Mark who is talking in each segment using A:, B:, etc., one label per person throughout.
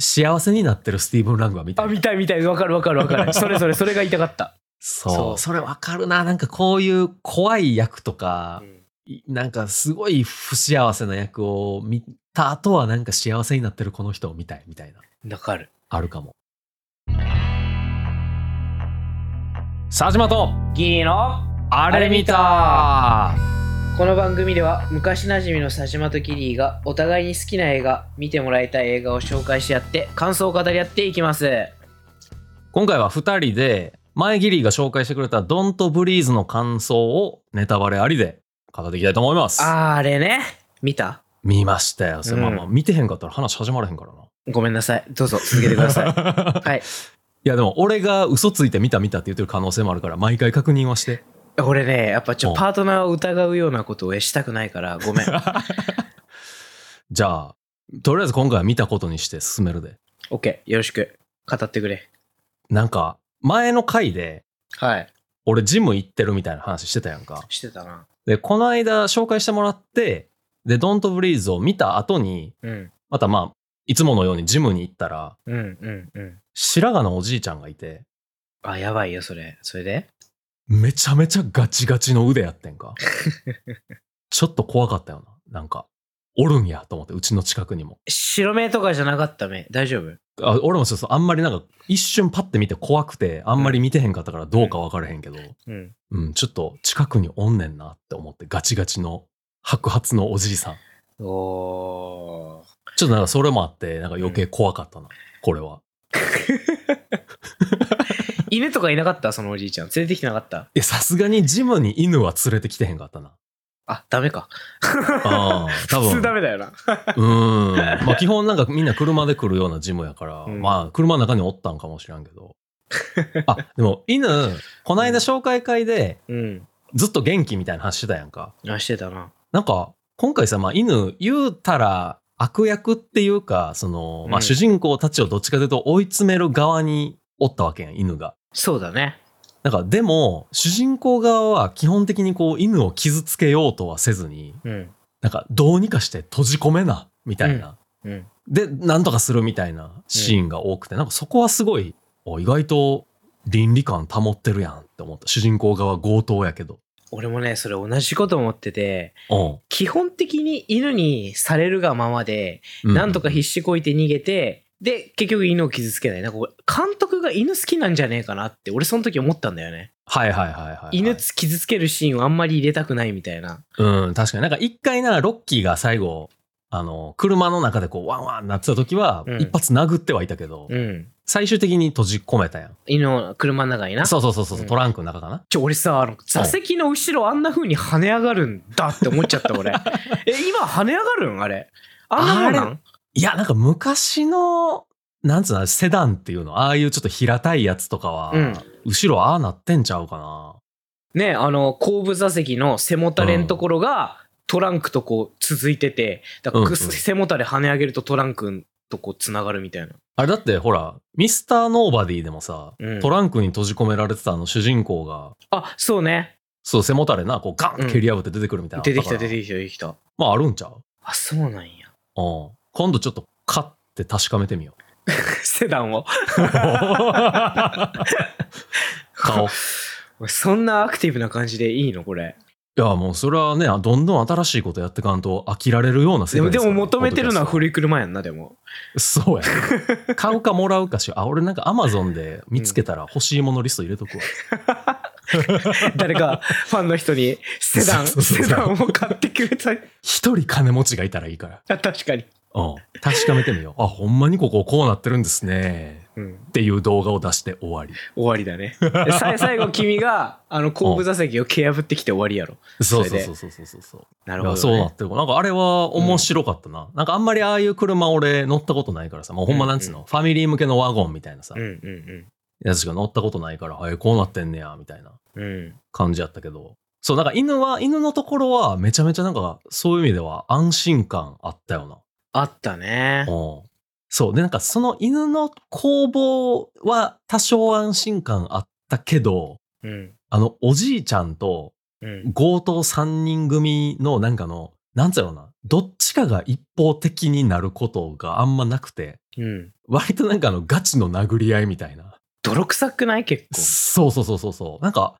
A: 幸せになってるスティーブン・ラングは見た
B: あ、
A: いな
B: 見たい見たい。わかるわかるわかる。それそれ、それが言いたかった。
A: そう
B: そ
A: そうれわかるななんかこういう怖い役とか
C: う、ん
A: いなんかすごい不幸せな役を見た後はなんか幸せになってるこの人を見たいみたいな
C: わかる。
A: あるかも佐島と
C: ギーの
A: あ
C: れ見
A: た
C: この番組では昔なじみの佐島とキリーがお互いに好きな映画、見てもらいたい映画を紹介し合って感想を語り合っていきます。
A: 今回は2人で前ギリーが紹介してくれた「ドントブリーズ」の感想をネタバレありで語っていきたいと思います
C: あれね。見た
A: 見ましたよそれ、
C: うん
A: まあまあ見てへんかったら話始まらへんからな
C: ごめんなさい。どうぞ続けてください。はい。
A: いやでも俺が嘘ついて見た見たって言ってる可能性もあるから毎回確認はして
C: 俺ね、やっぱちょ
A: うん
C: パートナーを疑うようなことをしたくないから、ごめん。
A: じゃあとりあえず今回は見たことにして進めるで
C: OK、よろしく。語ってくれ。
A: なんか前の回で
C: はい。
A: 俺ジム行ってるみたいな話してたやんか
C: してたな。
A: でこの間紹介してもらってで「ドントブリーズ」を見た後に
C: うん。
A: またまあいつものようにジムに行ったら
C: うんうんうん。
A: 白髪のおじいちゃんがいて
C: あ、やばいよ、それ。それで
A: めちゃめちゃガチガチの腕やってんかちょっと怖かったよななんかおるんやと思ってうちの近くにも
C: 白目とかじゃなかった目。大丈夫
A: あ俺もそうそうあんまりなんか一瞬パッて見て怖くてあんまり見てへんかったからどうか分からへんけど、
C: うん。
A: うん、ちょっと近くにおんねんなって思ってガチガチの白髪のおじいさん
C: おー。
A: ちょっとなんかそれもあってなんか余計怖かったな、これは
C: 犬とかいなかったそのおじいちゃん。連れてきてなかった
A: いやさすがにジムに犬は連れてきてへんかった な
C: あ、ダメか。
A: ああ多分
C: 普通ダメだよな。
A: うんまあ基本なんかみんな車で来るようなジムやから、
C: うん
A: まあ車の中におったんかもしらんけ どあでも犬こないだ紹介会で
C: うん。
A: ずっと元気みたいな話してたやんか
C: あ、してたな。
A: なんか今回さ、まあ、犬言うたら悪役っていうかその、ま
C: うん
A: あ、主人公たちをどっちかというと追い詰める側におったわけやん犬が。
C: そうだね。
A: なんかでも主人公側は基本的にこう犬を傷つけようとはせずに
C: うん。
A: なんかどうにかして閉じ込めなみたいな、
C: うん。
A: でなんとかするみたいなシーンが多くて、なんかそこはすごいお意外と倫理観保ってるやんって思った主人公側強盗やけど。
C: 俺もね、それ同じこと思ってて、
A: うん
C: 基本的に犬にされるがままで、
A: うん
C: なんとか必死こいて逃げて、で、結局犬を傷つけない。なんかこれ、監督が犬好きなんじゃねえかなって、俺その時思ったんだよね。
A: はいはいはいはい、はい、
C: 犬つ傷つけるシーンをあんまり入れたくないみたいな。
A: うん、確かに。なんか一回な、ロッキーが最後、あの、車の中でこう、ワンワンなってた時は、
C: うん
A: 一発殴ってはいたけど、
C: うん。
A: 最終的に閉じ込めたやん。
C: 犬を車の中にな。
A: そうそうそうそう、
C: うん
A: トランクの中かな。
C: ちょ、俺さ、あの、座席の後ろあんな風に跳ね上がるんだって思っちゃった、俺。 え、今跳ね上がるんあれ。あんなもんなん
A: いや、なんか昔の、なんつうの、セダンっていうの、ああいうちょっと平たいやつとかは、
C: うん
A: 後ろああなってんちゃうかな。
C: ね、あの、後部座席の背もたれんところが、トランクとこう続いてて、だから
A: うんうん
C: 背もたれ跳ね上げるとトランクとこうつながるみたいな。
A: あれだって、ほら、ミスターノーバディでもさ、
C: うん
A: トランクに閉じ込められてたあの主人公が、
C: あ、そうね。
A: そう、背もたれな、こう、ガン蹴り破って出てくるみたいな、
C: 出てきた出てきた出てきた
A: まあ、あるんちゃう
C: あそうなんや
A: うん。今度ちょっと、買って確かめてみよう。
C: セダンを
A: 顔。い
C: そんなアクティブな感じでいいのこれ
A: や、もうそれはね、どんどん新しいことやってかんと飽きられるような世
C: でも
A: 界
C: ですも
A: から
C: 求めてるのは
A: ポッド
C: 古い車やんなでも
A: キャストそうや、 ね。買うかもらうかしようあ、俺なんかアマゾンで見つけたら欲しいものリスト入れとくわ。
C: 誰かファンの人にセダン
A: そうそうそう
C: セダンを買ってくれた
A: 一人金持ちがいたらいいから。
C: あ確かに、
A: うん。確かめてみよう。あ、ほんまにこここうなってるんですね。
C: うん、
A: っていう動画を出して終わり。
C: 終わりだねさ最後君があの後部座席を蹴破ってきて終わりやろ
A: そうそ
C: そ
A: う
C: れで
A: そうそうそうそうそう。
C: ないる
A: や
C: ほど、ね、
A: そうなってるなんかあれは面白かったな、なんかあんまりああいう車俺乗ったことないからさもうほんまなんつうの、
C: うん
A: ファミリー向けのワゴンみたいなさ、
C: うんうん
A: やつしか乗ったことないからあえこうなってんねやみたいな
C: うんうん
A: 感じやったけどそうなんか犬は犬のところはめちゃめちゃなんかそういう意味では安心感あったよ
C: あったね
A: な、うん、そうでなんかその犬の攻防は多少安心感あったけど
C: うん
A: あのおじいちゃんと
C: うん
A: 強盗3人組のなんかの、なんつうのな、どっちかが一方的になることがあんまなくて、
C: うん。
A: 割となんかあのガチの殴り合いみたいな。
C: 泥臭くない結構。
A: そうそうそうそうそう。なんか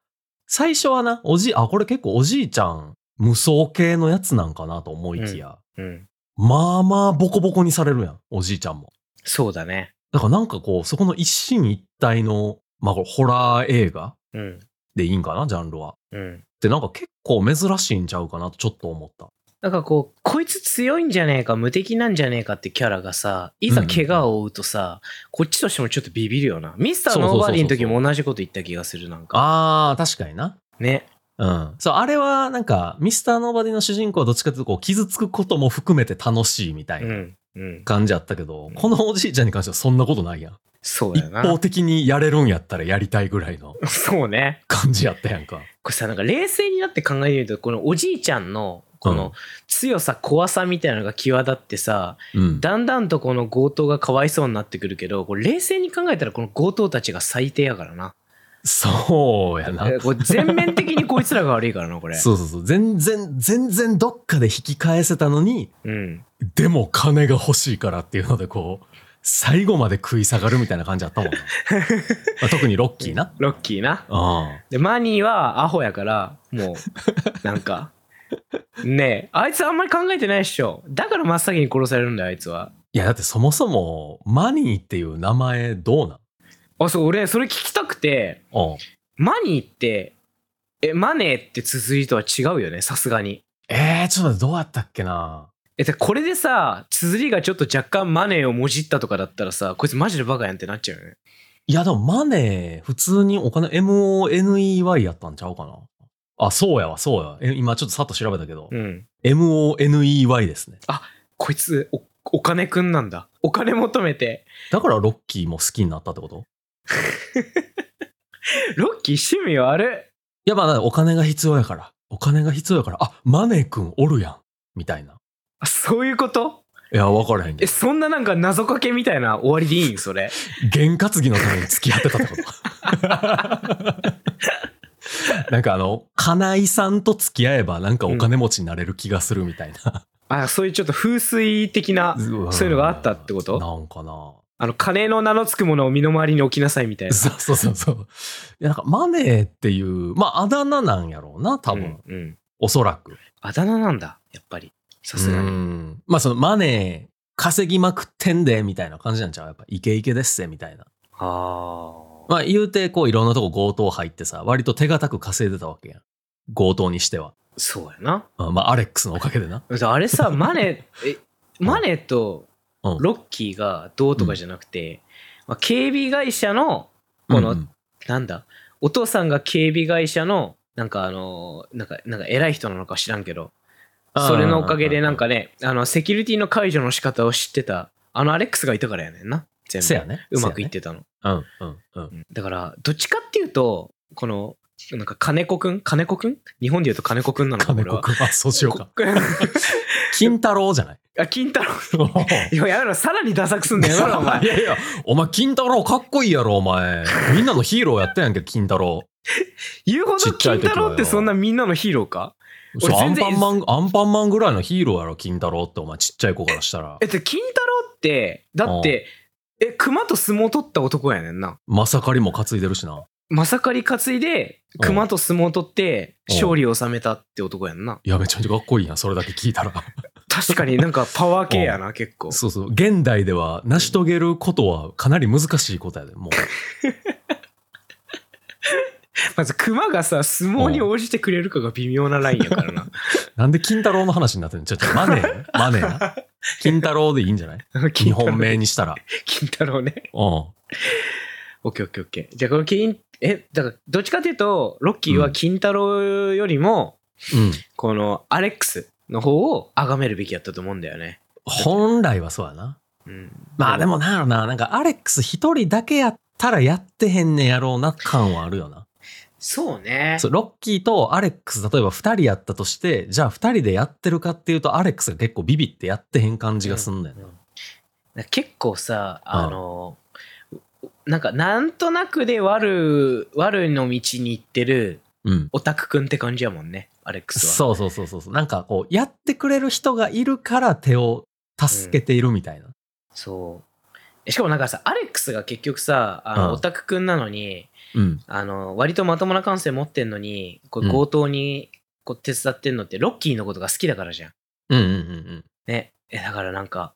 A: 最初はな、おじい、あ、これ結構おじいちゃん無双系のやつなんかなと思いきや、
C: うん。
A: まあまあボコボコにされるやん、おじいちゃんも。
C: そうだね。
A: だからなんかこう、そこの一進一退の、まあこれホラー映画
C: うん。
A: でいいんかな、ジャンルは。
C: うん。
A: ってなんか結構珍しいんちゃうかなとちょっと思った。
C: なんかこう、こいつ強いんじゃねえか、無敵なんじゃねえかってキャラがさ、いざ怪我を負うとさ、こっちとしてもちょっとビビるよな。ミスター
A: そうそう
C: ノ
A: そう
C: ー
A: そう
C: バディの時も同じこと言った気がする、なんか。
A: あー、確かにな。
C: ね。。
A: うん。そう、あれはなんか、ミスターノーバディの主人公はどっちかというとこう、傷つくことも含めて楽しいみたいうなん
C: うん。
A: 感じあったけど、このおじいちゃんに関してはそんなことないやん。
C: そうだ
A: 一
C: よな。
A: 方的にやれるんやったらやりたいぐらいの
C: そうね。
A: 感じやったやんか。
C: これさ、なんか冷静になって考えてみると、このおじいちゃんの、こ
A: うん
C: の強さ、怖さみたいなのが際立ってさ、
A: うん。
C: だんだんとこの強盗がかわいそうになってくるけど、これ冷静に考えたらこの強盗たちが最低やからな。
A: そうやな
C: え。これ全面的にこいつらが悪いからな、これ。
A: そうそうそう。全然、全然どっかで引き返せたのに、
C: うん。
A: でも金が欲しいからっていうので、こう、最後まで食い下がるみたいな感じあったもん な。まあ特にロッキーな。
C: ロッキーな。
A: うん。
C: で、マニーはアホやから、もう、なんか。ねえ、あいつあんまり考えてないっしょ。だから真っ先に殺されるんだよ、あいつは。
A: いや、だってそもそも、マニーっていう名前どうなん
C: あ、そう、俺、それ聞きたくて、
A: うん。
C: マニーって、え、マネーって綴りとは違うよね、さすがに。
A: えー、ちょっと待ってどうやったっけな
C: え、でこれでさ、綴りがちょっと若干マネーをもじったとかだったらさ、こいつマジでバカやんってなっちゃうよね。
A: いや、でもマネー、普通にお金、MONEY やったんちゃうかなあ、そうやわ、そうやわ。え今ちょっとさっと調べたけど、
C: うん。
A: MONEY ですね。
C: こいつ、お、お金くんなんだ。お金求めて。
A: だからロッキーも好きになったってこと
C: ロッキー趣味悪
A: いや、まあ、お金が必要やから。お金が必要やから、あ、マネーくんおるやん。みたいな。
C: い。あ、そういうこと
A: いや、わからへんけ
C: え、
A: ど。
C: そんななんか謎かけみたいな終わりでいいんそれ。
A: 験担ぎのために付き合ってたってこと なんかあの、金井さんと付き合えばなんかお金持ちになれる気がするみたいな。
C: あ、そういうちょっと風水的な、
A: わ
C: そういう のがあったってこと
A: なんかな。
C: あの、金の名のつくものを身の回りに置きなさいみたいな。
A: そうそうそうそう。いや、なんかマネーっていう、まああだ名なんやろうな、多分。
C: うん。うん。
A: おそらく。
C: あだ名なんだ、やっぱり。さすが
A: う
C: に。
A: んまあそのマネー稼ぎまくってんで、みたいな感じなんちゃうやっぱイケイケですぜ、みたいな。
C: ああ。
A: まあ言うて、こういろんなとこ強盗入ってさ、割と手堅く稼いでたわけやん。強盗にしては。
C: そうやな。
A: うんまあアレックスのおかげでな。
C: あ れさ、マネ、え、マネと
A: うん
C: ロッキーがどうとかじゃなくて、まあ、警備会社の、この
A: うんうん
C: なんだ、お父さんが警備会社の、なんかあのー、なんか、なんか偉い人なのか知らんけど、それのおかげでなんかね、あの、セキュリティの解除の仕方を知ってた、あのアレックスがいたからやねんな。全
A: せや
C: 部。
A: ね。
C: うまくいってたの。
A: せやね。うんうんうん。
C: だから、どっちかっていうと、この、なんか金子くん金子くん日本で言うと金子くんなのか
A: 金
C: これ
A: 子
C: は。
A: くん、あ、そうしようか。
C: こ
A: 金太郎じ ゃない。
C: あ、金太郎。いや、やめろ、さらにダサくすんだよ、やめろ、お前
A: い。やいや、お前、金太郎かっこいいやろ、お前。みんなのヒーローやったやんけ、金太郎。
C: 言うほ
A: ち
C: ど
A: っちゃい時
C: 金
A: はよ
C: 太郎ってそんなみんなのヒーローか
A: そうア
C: 俺
A: ン
C: 全然
A: パンマン、アンパンマンぐらいのヒーローやろ、金太郎って、お前、ちっちゃい子からしたら
C: え。っと、金太郎って、だって、え、熊と相撲取った男やねんな。
A: まさかりも担いでるしな。
C: まさかり担いで、
A: うん
C: 熊と相撲取って、
A: うん
C: 勝利を収めたって男やんな。
A: いや、めちゃめちゃかっこいいやん、それだけ聞い たら。
C: 確かになんかパワー系やな、結構。
A: そうそう、現代では成し遂げることはかなり難しいことやで、 もう。
C: まず熊がさ、相撲に応じてくれるかが微妙なラインやからな。
A: なんで金太郎の話になってんのちょっと、マネーマネーな。金太郎でいいん じゃない日本名
C: に。
A: にしたら。
C: 金太郎ね。
A: うん。
C: オッケーオッケーオッケー。じゃあこの金、え、だからどっちかっていうと、ロッキーは金太郎よりも、
A: うん。
C: このアレックスの方を崇めるべきやったと思うんだよね。
A: 本来はそうやな。
C: うん、
A: まあでもなんやろな、なんかアレックス一人だけやったらやってへんねやろうな感はあるよな。
C: そうね
A: そう、ロッキーとアレックス、例えば二人やったとして、じゃあ二人でやってるかっていうと、アレックスが結構ビビってやってへん感じがすんだよな。
C: うん結構さあの、なんかなんとなくで悪悪の道に行ってる
A: うん。
C: オタクくんって感じやもんねアレックスは
A: そうそうそうそうそう。なんかこう、やってくれる人がいるから手を助けているみたいな。
C: そうしかもなんかさアレックスが結局さあ
A: うん
C: のオタクくんなのに、
A: うん。
C: あの割とまともな感性持ってんのにこ
A: う
C: うん強盗にこう手伝ってんのってロッキーのことが好きだからじゃん。
A: うんうんうん
C: ねえだからなんか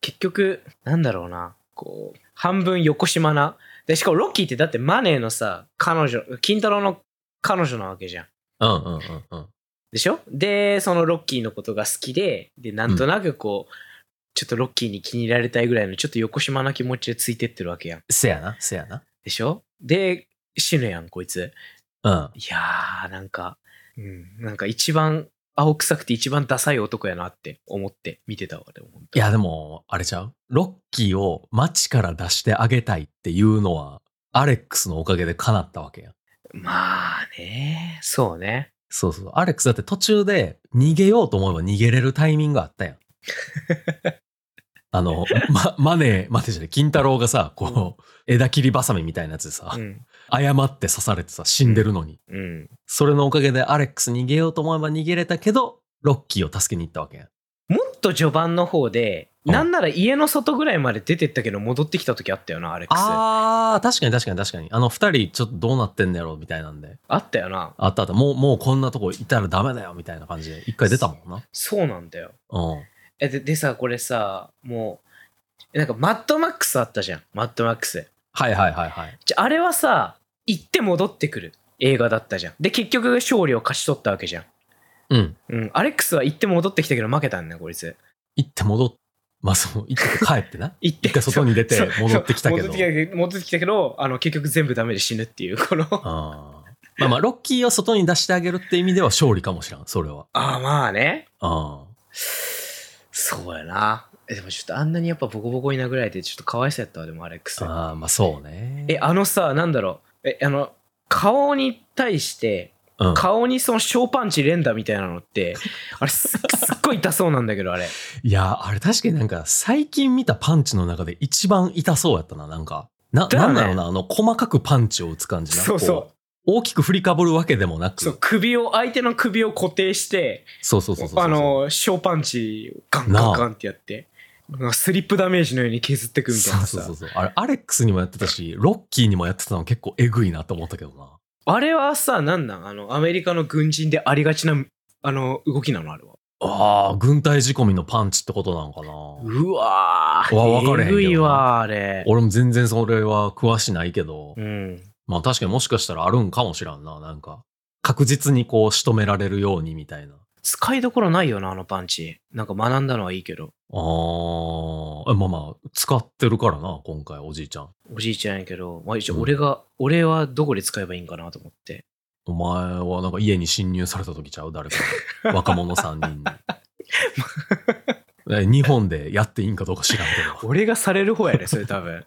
C: 結局なんだろうなこう半分横島なでしかもロッキーってだってマネーのさ彼女金太郎の彼女なわけじゃん。
A: うん。うんうんうんうん。
C: でしょでそのロッキーのことが好きででなんとなくこう、ちょっとロッキーに気に入られたいぐらいのちょっと横島な気持ちでついてってるわけやん
A: せやな、せやな。
C: でしょで死ぬやんこいつ
A: うん。
C: いやーなんかうんなんか一番青臭くて一番ダサい男やなって思って見てたわでも
A: いやでも、あれちゃうロッキーを街から出してあげたいっていうのは、アレックスのおかげで叶ったわけやん。
C: まあねそうね
A: そうそう。アレックスだって途中で逃げようと思えば逃げれるタイミングあったやん。あの、ま、マネー、マネーじゃない、金太郎がさ、こう、枝切りバサミみたいなやつでさ
C: う、ん
A: 誤って刺されてさ、死んでるのに。
C: うん
A: それのおかげでアレックス逃げようと思えば逃げれたけど、ロッキーを助けに行ったわけやん。
C: もっと序盤の方で、
A: うん
C: なんなら家の外ぐらいまで出てったけど戻ってきた時あったよなアレックスあ
A: ああ、確かに確かに確かに。あの、二人ちょっとどうなってんのやろみたいなんで。
C: ったよな
A: あったあった。もう、もうこんなとこいたらダメだよみたいな感じで。一回出たもんな。
C: そうなんだよ
A: うん。
C: えででさこれさもうえなんかマッドマックスあったじゃんマッドマックス
A: はいはいはいはい。
C: じゃあれはさ行って戻ってくる映画だったじゃんで結局勝利を勝ち取ったわけじゃん
A: うん。
C: うんアレックスは行って戻ってきたけど負けたんだよこいつ。
A: 行って戻っ、まあそう、行って帰ってな
C: 行って
A: 一回外に出て
C: そう
A: 戻ってきたけど
C: 戻ってきた戻ってきたけどあの結局全部ダメで死ぬっていうこのあ
A: あーまあまあ、ロッキーを外に出してあげるって意味では勝利かもしらん、それは。
C: あまあね
A: あ
C: そうやなえでもちょっとあんなにやっぱボコボコに殴られてちょっとかわいそうやったわでもアレックス
A: ーあー、まあそうね。
C: えあのさなんだろうえあの顔に対して
A: うん、
C: 顔にその小パンチ連打みたいな のってあれすすっごい痛そうなんだけどあれ
A: いや、あれ確かになんか最近見たパンチの中で一番痛そうやったな、なんか。な、
C: だよ
A: な
C: ね
A: んだろうな、あの、細かくパンチを打つ感じな。
C: そうそう
A: こ大きく振りかぶるわけでもなく。
C: そう首を相手の首を固定して
A: そうそうそうそうそう。
C: あの小パンチをガンガンガンってやってなんかスリップダメージのように削ってくみたいなさ
A: そうそうそうそうあれアレックスにもやってたしロッキーにもやってたの結構えぐいなと思ったけどな
C: あれはさなんなんあのアメリカの軍人でありがちなあの動きなのあれは
A: あー軍隊仕込みのパンチってことなのかな
C: うわー
A: わ分かれへんけど
C: え
A: な
C: ぐいわあれ
A: 俺も全然それは詳しないけど、
C: うん
A: まあ確かにもしかしたらあるんかもしらんななんか確実にこう仕留められるようにみたいな
C: 使いどころないよなあのパンチなんか学んだのはいいけど
A: あーえまあまあ使ってるからな今回おじいちゃん
C: おじいちゃんやけど、まあ、一
A: うん
C: 応俺が、俺はどこで使えばいいんかなと思って。
A: お前はなんか家に侵入された時ちゃう誰かに若者3人 にえ日本でやっていいんかどうか知らんけど
C: 俺がされる方やね、それ多 分。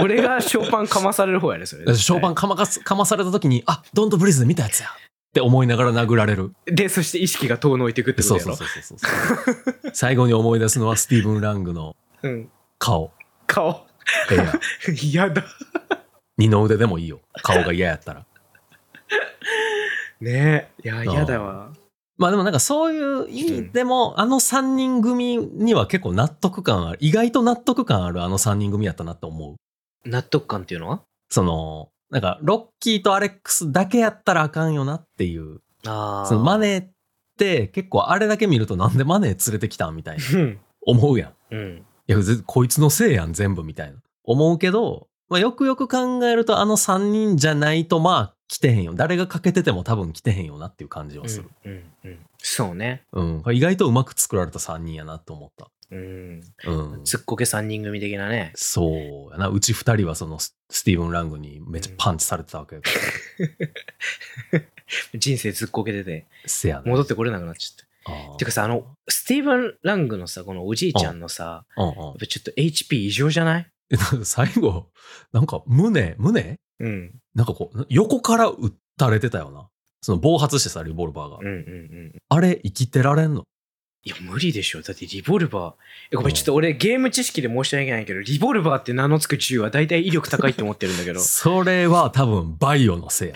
C: 俺がショーパンかまされる方やね、それ。
A: ショーパンかまかすかまされた時に、あドントブリーズ見たやつやって思いながら殴られる。
C: で、そして意識が遠のいていくってこ
A: そ
C: と
A: う
C: や
A: そ
C: ろ。
A: うそうそうそう。最後に思い出すのはスティーブン・ラングの
C: うん。
A: 顔。
C: 顔。
A: いや
C: 嫌だ。
A: 二の腕でもいいよ。顔が嫌やったら。
C: ねえ。いや、
A: ー
C: 嫌だわ。
A: まあでもなんかそういう意味でも、あの3人組には結構納得感ある。意外と納得感あるあの3人組やったなって思う。
C: 納得感っていうのは
A: その、なんかロッキーとアレックスだけやったらあかんよなっていう。
C: ああ。
A: そのマネーって結構あれだけ見るとなんでマネー連れてきたんみたいな
C: うん。
A: 思うやん。
C: うん。
A: いや、ぜこいつのせいやん、全部みたいな。思うけど、まあ、よくよく考えると、あの3人じゃないと、まあ、来てへんよ。誰が欠けてても多分来てへんよなっていう感じ
C: う
A: はする
C: ん。。うん。うんそうね。
A: うん。意外とうまく作られた3人やなと思っ
C: うん。
A: た。 うん。
C: すっこけ3人組的なね。
A: そうやな。うち2人はそのス、スティーブン・ラングにめっちゃパンチされてたわけやから。
C: 人生ずっこけてて、
A: せやね。
C: 戻ってこれなくなっちゃっ
A: あ
C: た。
A: ー
C: てかさ、あの、スティーブン・ラングのさ、このおじいちゃんのさ、
A: うん
C: やっぱちょっと HP 異常じゃない
A: うん。最後、なんか胸、胸
C: うん。
A: なんかこう、横から撃たれてたよな。その暴発してさ、リボルバーが
C: うんうん。うん。
A: あれ、生きてられんの
C: いや、無理でしょ。だってリボルバー。え、ご
A: う
C: め
A: ん
C: ん、ちょっと俺ゲーム知識で申し訳ないけど、リボルバーって名の付く銃は大体威力高いって思ってるんだけど。
A: それは多分バイオのせいや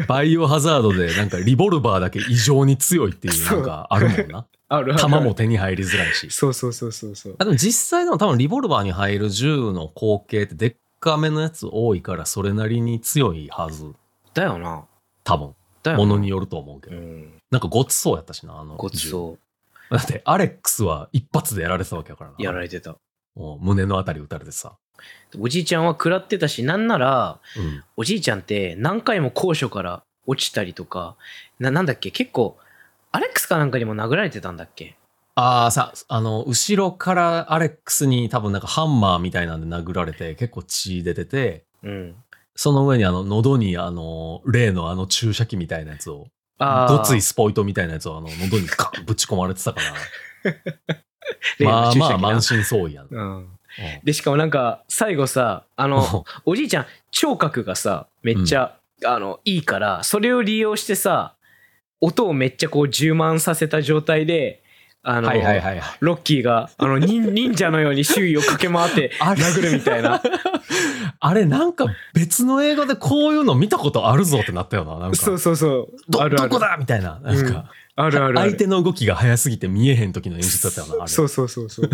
A: ねバイオハザードでなんかリボルバーだけ異常に強いっていうなんかあるもんな。
C: あるある
A: 弾も手に入りづらいし。
C: そうそうそうそうそう
A: あでも実際でも多分リボルバーに入る銃の口径ってでっかめのやつ多いからそれなりに強いはず。
C: だよな
A: 多分。
C: だよな
A: ものによると思うけ
C: う
A: ど。
C: ん
A: なんかごつそうやったしな、あの銃。
C: ごちそ
A: だってアレックスは一発でやられてたわけやからな。
C: うやられてた
A: もう胸のあたり撃たれてさ。
C: おじいちゃんは食らってたしなんなら
A: うん。
C: おじいちゃんって何回も高所から落ちたりとかななんだっけ結構アレックスかなんかにも殴られてたんだっけ
A: ああ、さ、あの、後ろからアレックスに多分なんかハンマーみたいなんで殴られて結構血出てて、
C: うん
A: その上にあの、喉にあの、例のあの注射器みたいなやつを、
C: あー
A: ごついスポイトみたいなやつをあの、喉にガンぶち込まれてたから。
C: 例
A: ま
C: の
A: あ
C: 注射
A: ま
C: 器な
A: あ満身創痍やん。
C: うんでしかもなんか最後さあ
A: うん
C: のおじいちゃん聴覚がさめっちゃ、あのいいからそれを利用してさ音をめっちゃこう充満させた状態であの、
A: はいはいはいはい。
C: ロッキーがあの 忍忍者のように周囲を駆け回って
A: あれ
C: 殴るみたいな。
A: あれなんか別の映画でこういうの見たことあるぞってなったよな。なんか
C: そうそうそう
A: ど
C: あるあ
A: ど
C: る
A: こだみたいな。なんか、
C: あるあるある
A: 相手の動きが早すぎて見えへん時の演出だったよな。あれ
C: そうそうそうそう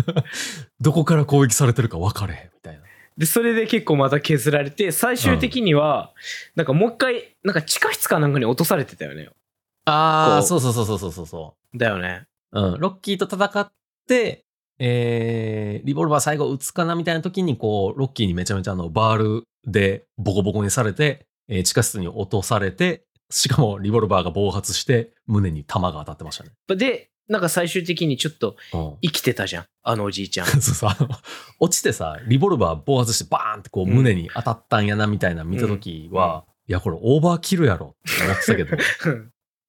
A: どこから攻撃されてるか分かれへんみたいな。
C: でそれで結構また削られて最終的には、なんかもう一回なんか地下室かなんかに落とされてたよね
A: ああ、
C: こう
A: そうそうそうそうそうそうそ
C: だよね
A: う。うん。ロッキーと戦って、えー、リボルバー最後撃つかなみたいな時に、こう、ロッキーにめちゃめちゃあの、バールでボコボコにされて、えー地下室に落とされて、しかもリボルバーが暴発して、胸に弾が当たってましたね。
C: でなんか最終的にちょっと
A: うん。
C: 生きてたじゃんあのおじいちゃん
A: そうそうあの落ちてさリボルバー暴発してバーンってこう
C: うん
A: 胸に当たったんやなみたいな見た時は、いやこれオーバーキルやろって思ってたけ ど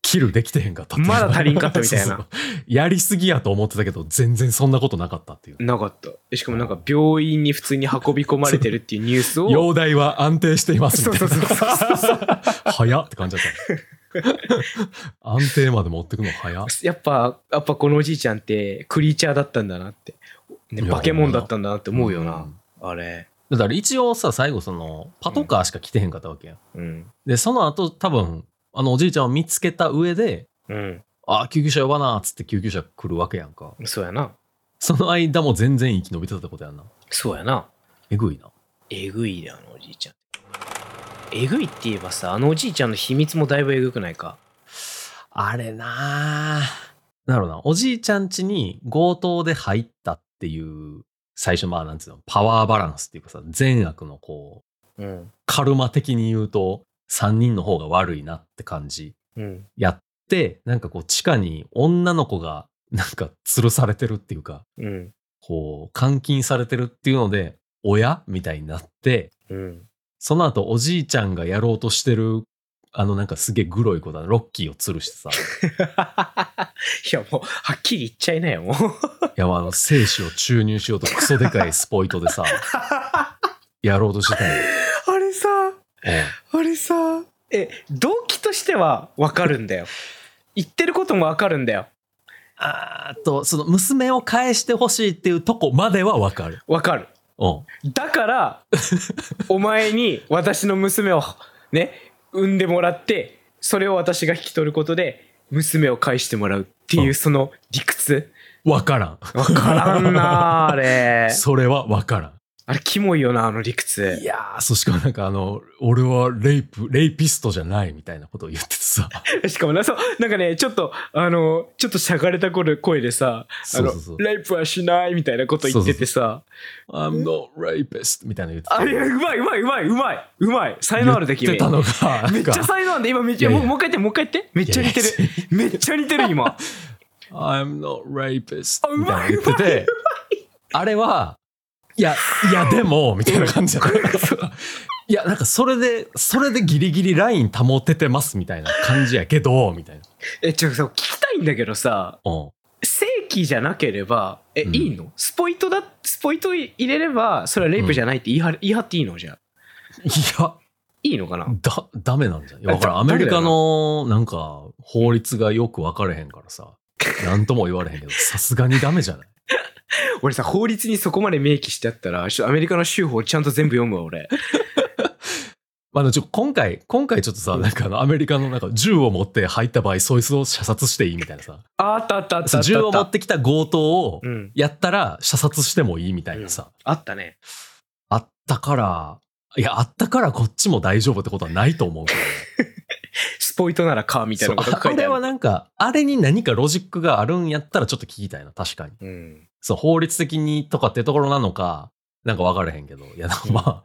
A: キルできてへんかったっていう
C: まだ足りんかったみたいな
A: そうそうやりすぎやと思ってたけど全然そんなことなかったっていう
C: なかったでしかもなんか病院に普通に運び込まれてるっていうニュース を
A: 容体は安定していますみたいな
C: そうそうそうそ
A: 早っって感じだった 安定まで持ってくの早っ
C: やっぱやっぱこのおじいちゃんってクリーチャーだったんだなって、ね、
A: いや
C: 化け物だったんだなって思うよな、
A: ん
C: あれ
A: だから一応さ最後そのパトカーしか来てへんかったわけや、
C: うん
A: でその後多分あのおじいちゃんを見つけた上で
C: うん
A: あ、救急車呼ばなっつって救急車来るわけやんか。
C: そうやな
A: その間も全然生き延びてたってことやんな。
C: そうやな
A: えぐいな。
C: えぐいなあのおじいちゃんえぐいって言えばさあのおじいちゃんの秘密もだいぶえぐくないか
A: あれなあなるほどな。おじいちゃん家に強盗で入ったっていう、最初まあなんつうの、パワーバランスっていうかさ、善悪のこう、
C: うん
A: カルマ的に言うと、3人の方が悪いなって感じ
C: うん
A: やって、なんかこう地下に女の子がなんか吊るされてるっていうか、
C: うん
A: こう監禁されてるっていうので、親みたいになって、
C: うん
A: その後、おじいちゃんがやろうとしてる、あの、なんかすげえグロい子だな、ロッキーを吊る してさ、い
C: いやもうはっきり言っちゃいなよもう
A: や、あの、精子を注入しようとクソでかいスポイトでさ、
C: あ
A: やろうとしてたんよ。
C: れさ
A: え
C: あれさえ動機としては分かるんだよ言ってることも分かるんだよ
A: あーと、その、娘を返してほしいっていうとこまではわかる。
C: 分かる
A: うん。
C: だからお前に私の娘をね産んでもらってそれを私が引き取ることで娘を返してもらうっていううんその理屈
A: わからん。
C: わからん なあれ
A: それはわからん。
C: あれキモいよなあの理屈
A: いやー、そしかもなんかあの、俺はレイプ、レイピストじゃないみたいなことを言っててさ、
C: しかもなそうなんかねちょっとあのちょっとしゃがれた声声でさ「あ
A: そう
C: の
A: そうそう。
C: レイプはしない」みたいなこと言っててさ
A: I'm not rapist みたいなの言ってた
C: あれうまいうまいうまいうまいうまい才能あるで
A: 言っ
C: 君
A: てたのが、
C: めっちゃ才能あるで今めっちゃ
A: いやいや
C: もうもう一回言ってもう一回言ってめっちゃ似てる
A: いやい
C: めっちゃ似てる今
A: I'm not rapist
C: あう
A: みた
C: ま
A: いない言ってて、あれは、いや、いやでも、みたいな感じだった。いや、なんかそれで、それでギリギリライン保ててますみたいな感じやけど、みたいな。
C: えちょっとさ聞きたいんだけどさ
A: うん。
C: 正規じゃなければえ、
A: うん
C: いいのスポイトだスポイト入れればそれはレイプじゃないって言い張,、言い張っていいのじゃあ
A: いや、
C: いいのかな
A: だ、ダメなんじゃん。いや、わからん。
C: だ
A: アメリカの、なんか、法律がよく分かれへんからさ、なんとも言われへんけど、さすがにダメじゃない
C: 俺さ法律にそこまで明記してあったらちょっとアメリカの州法ちゃんと全部読むわ俺
A: まああの、ちょ、今回、今回ちょっとさ、なんかあの、アメリカのなんか銃を持って入った場合、そいつを射殺していいみたいなさ、
B: あったあったあったあった
A: そ
B: あった
A: う銃を持ってきた強盗を
C: うん。
A: やったら射殺してもいいみたいなさ、
C: あったね。
A: あったから、いや、あったからこっちも大丈夫ってことはないと思うけどね。
C: スポイトなら か、みたいなこと
A: そう
C: が書
A: あ
C: いて
A: れ
C: あ
A: は
C: る。
A: なんか、あれに何かロジックがあるんやったらちょっと聞きたいな、確かに。
C: うん。
A: そう、法律的にとかってところなのか、なんか分からへんけど、いや、まあ、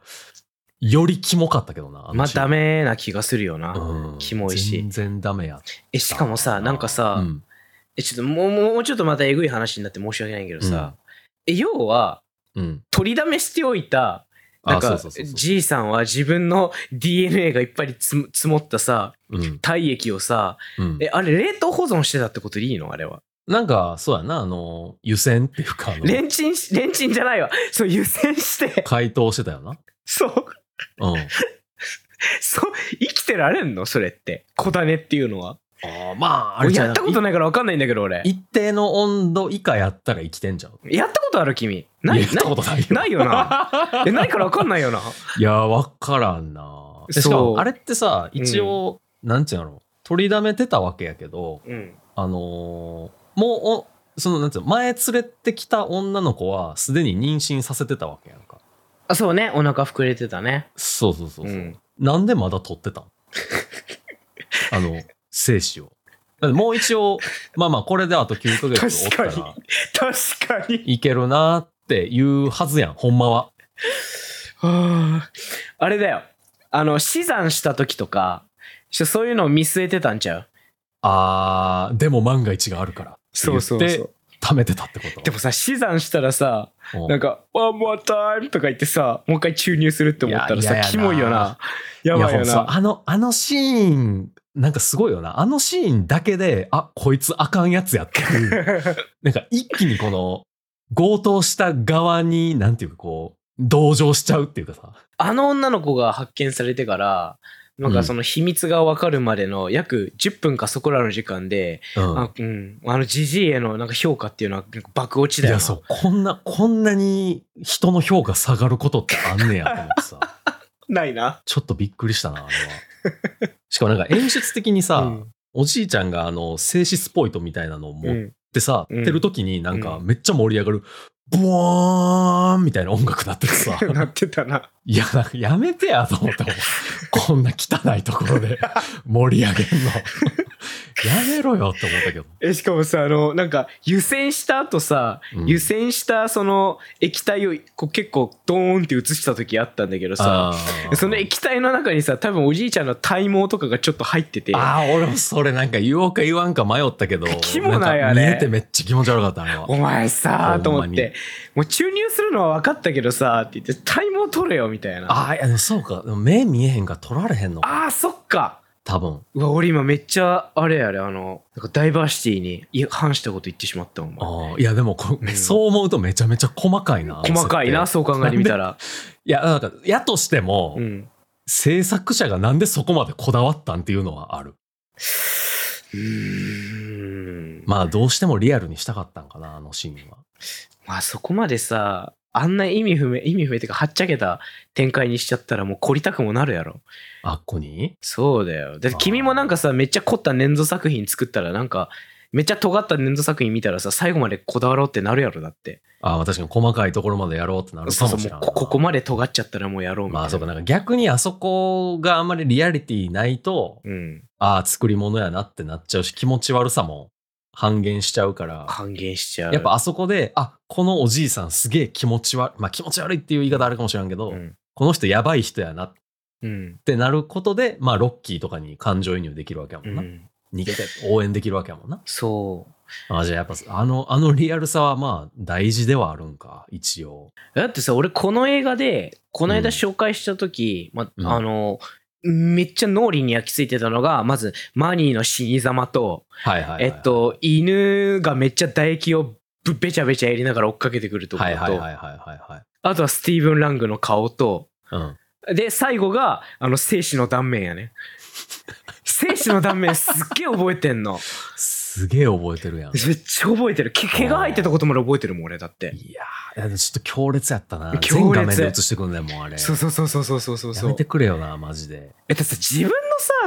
A: よりキモかったけどな。あの
C: まあ、
A: シーン
C: ダ、メな気がするよな。
A: うん、
C: キモいし
A: 全然ダメやった。
C: え、しかもさ、なんかさ、
A: うん
C: え、ちょっともう、もうもうちょっとまたえぐい話になって申し訳ないけどさ、え、要は、
A: うん。
C: 取りだめしておいた、
A: あ
C: なんか
A: そうそうそうそう、
C: じいさんは自分の DNA がいっぱいつむ積もったさ、
A: うん。
C: 体液をさ、
A: うん
C: え、あれ冷凍保存してたってことでいいのあれは。
A: なんか、そうやな、あの、湯煎っていうか、あの
C: レンチンし、レンチンじゃないわ。そう、湯煎して、
A: 解凍してたよな。
C: そう、
A: うん。
C: そう、生きてられんのそれって。小種っていうのは。
A: あまあ、あ
C: 俺
A: じゃ
C: やったことないから分かんないんだけど、俺。
A: 一定の温度以下やったら生きてんじゃん。
C: やったことある君。ない、
A: やったことないよ
C: ないよな。え、ないから分かんないよな。
A: いや、わからんな。で
C: そう
A: しかも、あれってさ、一応、なんていうの取りだめてたわけやけど、
C: うん。
A: あのーもうお、その、なんていうの前連れてきた女の子は、すでに妊娠させてたわけやんか。
C: あ、そうね。お腹膨れてたね。
A: そうそうそうそう、
C: うん
A: なんでまだ取っ てたんあの、精子を。だってもう一応、まあまあ、これであと9ヶ月おった
C: 確
A: ら
C: か、確かに。
A: いけるなっていうはずやん、ほんまは。
C: はああれだよ。あの、死産した時とか、しそういうのを見据えてたんちゃう
A: あー、でも万が一があるから。
C: そうそうそう
A: って貯めてたってこと。
C: でもさ、死産したらさ、
A: うん、
C: なんか、ワンモアタイムとか言ってさ、もう一回注入するって思ったら
A: いやいや
C: さ、
A: やな
C: キモいよな。やばい
A: やほん
C: よ
A: とさ
C: な。
A: あの、あのシーン、なんかすごいよな。あのシーンだけで、あ、こいつあかんやつやって いう。なんか一気にこの、強盗した側に、なんていうかこう、同情しちゃうっていうかさ。
C: あの女の子が発見されてから、なんかその秘密が分かるまでの約10分かそこらの時間で、
A: うん
C: あうん、あのジジイへのなんか評価っていうのはなんか爆落ち
A: い
C: だよ
A: や、
C: な。
A: そう、こんな、こんなに人の評価下がることってあんねやと思ってさ。
C: ないな。
A: ちょっとびっくりしたな、あれは。しかもなんか演出的にさ、
C: うん
A: おじいちゃんがあの、静止スポイトみたいなのを持っ
C: うん
A: ってさ、
C: うん
A: ってる時になんか
C: う
A: めっちゃ盛り上がる、ブワーンみたいな音楽なっててさ、
C: なってたな。
A: いや、なんかやめてやと思ってもん、こんな汚いところ で盛り上げんの。やめろよって思ったけど。
C: え、しかもさ、あの、なんか湯煎した後さ、
A: うん
C: 湯煎したその液体をこう結構ドーンって移した時あったんだけどさ
A: あー
C: その液体の中にさ多分おじいちゃんの体毛とかがちょっと入ってて
A: あー、俺もそれなんか言おうか言わんか迷ったけど、
C: キモなんや
A: ん
C: ね
A: か見えてめっちゃ気持ち悪かった、あれは。
C: お前さと
A: ほんま
C: 思
A: に
C: ってもう注入するのは分かったけどさって言って体毛取れよみたいなあ
A: ああ、いや、でもそうか。でも目見えへんから取られへんのか。
C: あーそっか
A: 多分。
C: うわ俺今めっちゃあれあれあのなんかダイバーシティに違反したこと言ってしまったお前
A: ああ、いや、でもこ、
C: うん
A: そう思うとめちゃめちゃ細かいな。
C: 細かいな
A: 設
C: そう考えてみたら
A: 定いや、なんか、やとしても、
C: うん
A: 制作者がなんでそこまでこだわったんっていうのはある。
C: うーん
A: まあどうしてもリアルにしたかったんかな、あのシーンは。
C: まあそこまでさ、あんな意味不明、意味不明っていうか、はっちゃけた展開にしちゃったらもう凝りたくもなるやろ。
A: あっこに
C: そうだよ。だって
A: あー
C: 君もなんかさ、めっちゃ凝った粘土作品作ったらなんか、めっちゃ尖った粘土作品見たらさ、最後までこだわろうってなるやろ、だって。
A: ああ、確かに細かいところまでやろうってなる
C: そ
A: か
C: うそ
A: もしれ
C: う、もう
A: ないな。
C: こここまで尖っちゃったらもうやろうみたいな。
A: まあそうか、なんか逆にあそこがあんまりリアリティないと、
C: うん。
A: ああ、作り物やなってなっちゃうし、気持ち悪さも半減しちゃうから。
C: 還元しちゃう。
A: やっぱ、あそこで、あ、このおじいさんすげえ気持ち悪い、まあ気持ち悪いっていう言い方あるかもしれんけど、
C: うん。
A: この人やばい人やなっ
C: うん。
A: てなることで、まあロッキーとかに感情移入できるわけやも
C: うん
A: な。
C: ん。
A: 逃げて応援できるわけやもんな。
C: そう。
A: あじゃあやっぱあの、あのリアルさはまあ大事ではあるんか、一応。
C: だってさ、俺この映画で、この間
A: うん
C: 紹介した時、ま
A: うん
C: あの、めっちゃ脳裏に焼き付いてたのが、まず、マニーの死に様と、
A: はいはい、はい。
C: えっ、と、犬がめっちゃ唾液をぶべちゃべちゃやりながら追っかけてくるとこ
A: はい
C: ろ
A: はいはいはい
C: と、
A: はいはい。
C: あとはスティーブン・ラングの顔と、
A: うん。
C: で、最後が、あの、 生死の断面やね。生死の断面すっげえ覚えてんの。
A: すすげえ覚えてるやん。
C: めっちゃ覚えてる。け毛が入ってたことまで覚えてるもん、俺だって。
A: いやーいやちょっと強烈やったな。
C: 強
A: 全
C: 烈
A: 画面で映してくんねんもん、あれ。
C: そうそうそうそうそうそうそう
A: やめてくれよな、マジで。
C: えだってさ自分の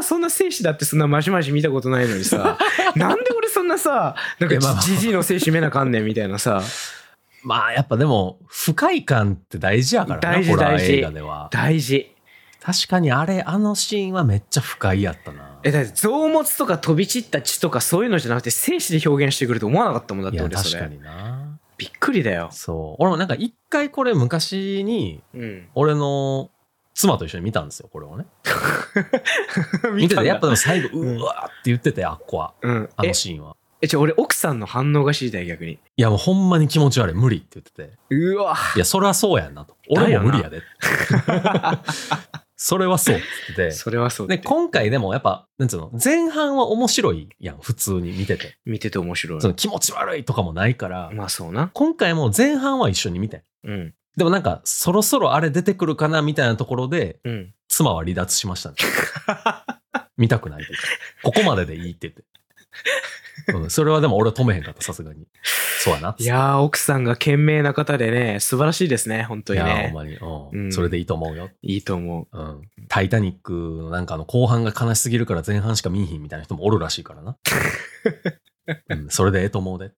C: さそんな精子だってそんなマシマシ見たことないの にさなんで俺そんなさなん
A: いやまあ
C: かじじいの精子見なあかんねんみたいなさ
A: まあ、やっぱでも、不快感って大事やからな、
C: 大事
A: ホラー
C: 大事
A: 映画では。
C: 大事
A: 確かにあれ、あのシーンはめっちゃ不快やったな。
C: えだって臓物とか飛び散った血とかそういうのじゃなくて精子で表現してくると思わなかったもんだっ
A: い
C: て
A: や、
C: 俺
A: 確
C: そ
A: か
C: れ
A: にな。
C: びっくりだよ
A: そう。俺もなんか一回これ昔に、
C: うん
A: 俺の妻と一緒に見たんですよ、これをね。見て
C: たん
A: て、
C: だ
A: やっぱでも最後、
C: うん
A: うわーって言ってて、あっこは。
C: うん
A: あ
C: え
A: のシーンは。
C: えちょ俺奥さんの反応が知りたい逆に
A: いや、もうほんまに気持ち悪い、無理って言ってて。
C: うわ
A: いや、それはそうやんなと。俺も無理やで。 それはそうって言ってて。
C: それはそう
A: で、
C: で
A: 今回でもやっぱ、なんつうの、前半は面白いやん、普通に見てて。
C: 見てて面白い
A: その気持ち悪いとかもないから、
C: まあそうな
A: 今回も前半は一緒に見て。
C: うん
A: でもなんか、そろそろあれ出てくるかなみたいなところで、
C: うん
A: 妻は離脱しましたね。見たくないというかここまででいいって言って。うん、それはでも俺は止めへんかった、さすがに。そうやなっつ
C: い
A: って。
C: やー奥さんが賢明な方でね素晴らしいですね本当
A: い
C: に
A: や
C: ね
A: ほんまに、う。
C: うんん
A: それでいいと思うよ。
C: いいと思う
A: うん。タイタニックのなんかあの後半が悲しすぎるから前半しか見んひんみたいな人もおるらしいから な。うん、それでええと思うで。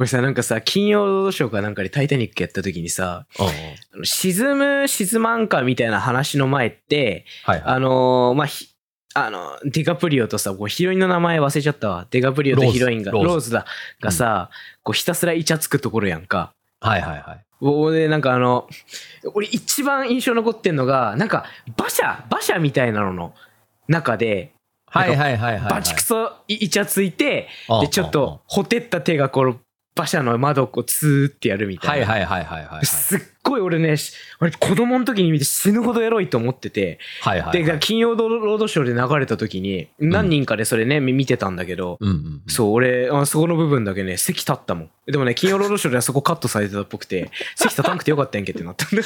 C: 俺さ、なんかさ、金曜ロードショーかなんかでタイタニックやった時にさ、
A: うんうん。
C: あの沈む、沈まんかみたいな話の前って、
A: はいはい。
C: あのーまあ、ひあの、ディカプリオとさ、こうヒロインの名前忘れちゃったわ。ディカプリオとヒロインが、
A: ロ
C: ロ
A: ー
C: ー
A: ズ
C: ズだ、がさ、こうひたすらイチャつくところやんか。
A: はいはいはい。
C: 俺、なんかあの、俺一番印象残ってんのが、なんか、馬車、馬車みたいなのの中で、
A: はいはいはいはいはい。
C: バチクソいイチャついて、
A: うんうんう
C: で、
A: ん
C: ちょっと、ほてった手がこの馬車の窓をこう、ツーってやるみたいな。
A: はいはいはいはいはいはい。
C: すっごい俺ね、し俺子供の時に見て死ぬほどエロいと思ってて、
A: はいはいはい
C: で、金曜ロードショーで流れた時に、何人かでそれね、み見てたんだけど、
A: うんうんうん。
C: そう、俺、あそこの部分だけね、席立ったもん。でもね、金曜ロードショーではそこカットされてたっぽく て、席立たなくてよかったやんけってなったんだ。。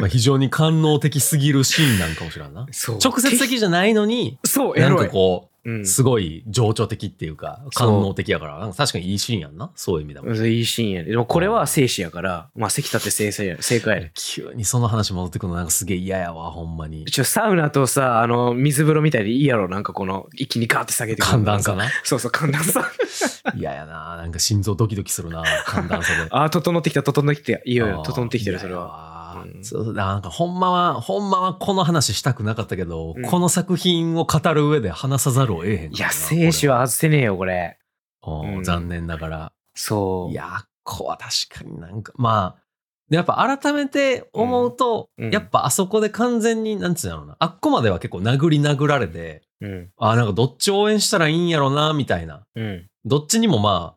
A: まあ非常に官能的すぎるシーンなんかもしれんな
C: そう。
A: 直接的じゃないのに、
C: そう、エ
A: なん
C: ロ
A: か
C: い。
A: こ
C: うん
A: う、。すごい情緒的っていうか、
C: そう
A: 官能的やから、なんか確かにいいシーンやんな。そういう意味だもん。
C: いいシーンやね。でもこれは生死やから、まあ席立って正解や正解やね。
A: 急にその話戻ってくるのなんかすげえ嫌やわ、ほんまに。
C: ちょ、サウナとさ、あの、水風呂みたいでいいやろ、なんかこの、一気にガーって下げてくる
A: 寒暖差。な。
C: そうそう、寒暖差。。
A: 嫌やな。なんか心臓ドキドキするな、寒暖差で
C: ああ、整ってきた、整ってきた。いいよい
A: あ
C: よ、
A: ー
C: 整ってきてる、それ
A: 嫌や
C: は。
A: わ
C: うん
A: そうなんかほんまは、ほんまはこの話したくなかったけど、
C: うん
A: この作品を語る上で話さざるを得へんからない
C: や、生死は外せねえよ、これ。
A: これはうん
C: うん
A: 残念ながら。
C: そう。
A: いやー、こは確かになんか、まあ、でやっぱ改めて思うと、
C: うんうん
A: やっぱあそこで完全に、なんつうんだろうな、あっこまでは結構殴り殴られて、
C: うん。
A: あーなんかどっち応援したらいいんやろな、みたいな。
C: うん。
A: どっちにもまあ、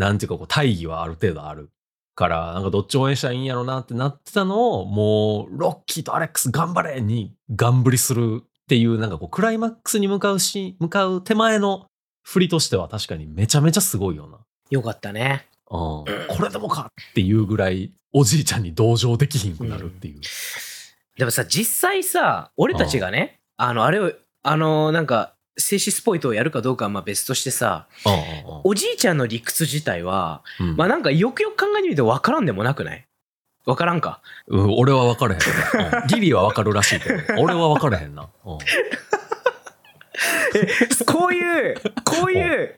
A: なんていうかこう、大義はある程度あるから、なんかどっち応援したらいいんやろなってなってたのを、もう、ロッキーとアレックス頑張れに、ガンぶりするっていう、なんかこう、クライマックスに向かうし、向かう手前の振りとしては確かにめちゃめちゃすごいよな。
C: よかったね。
A: うん、これでもかっていうぐらいおじいちゃんに同情できひんくなるっていう、
C: でもさ、実際さ、俺たちがね、あの、あれを、あの、なんか、静止スポイトをやるかどうかはまあ別としてさ、
A: うんうん
C: おじいちゃんの理屈自体は、
A: うんうん
C: まあなんかよくよく考えてみると分からんでもなくない分からんか。
A: うん俺は分からへん、うんギリは分かるらしいけど俺は分からへんな、うん
C: こういう、こういう、
A: うん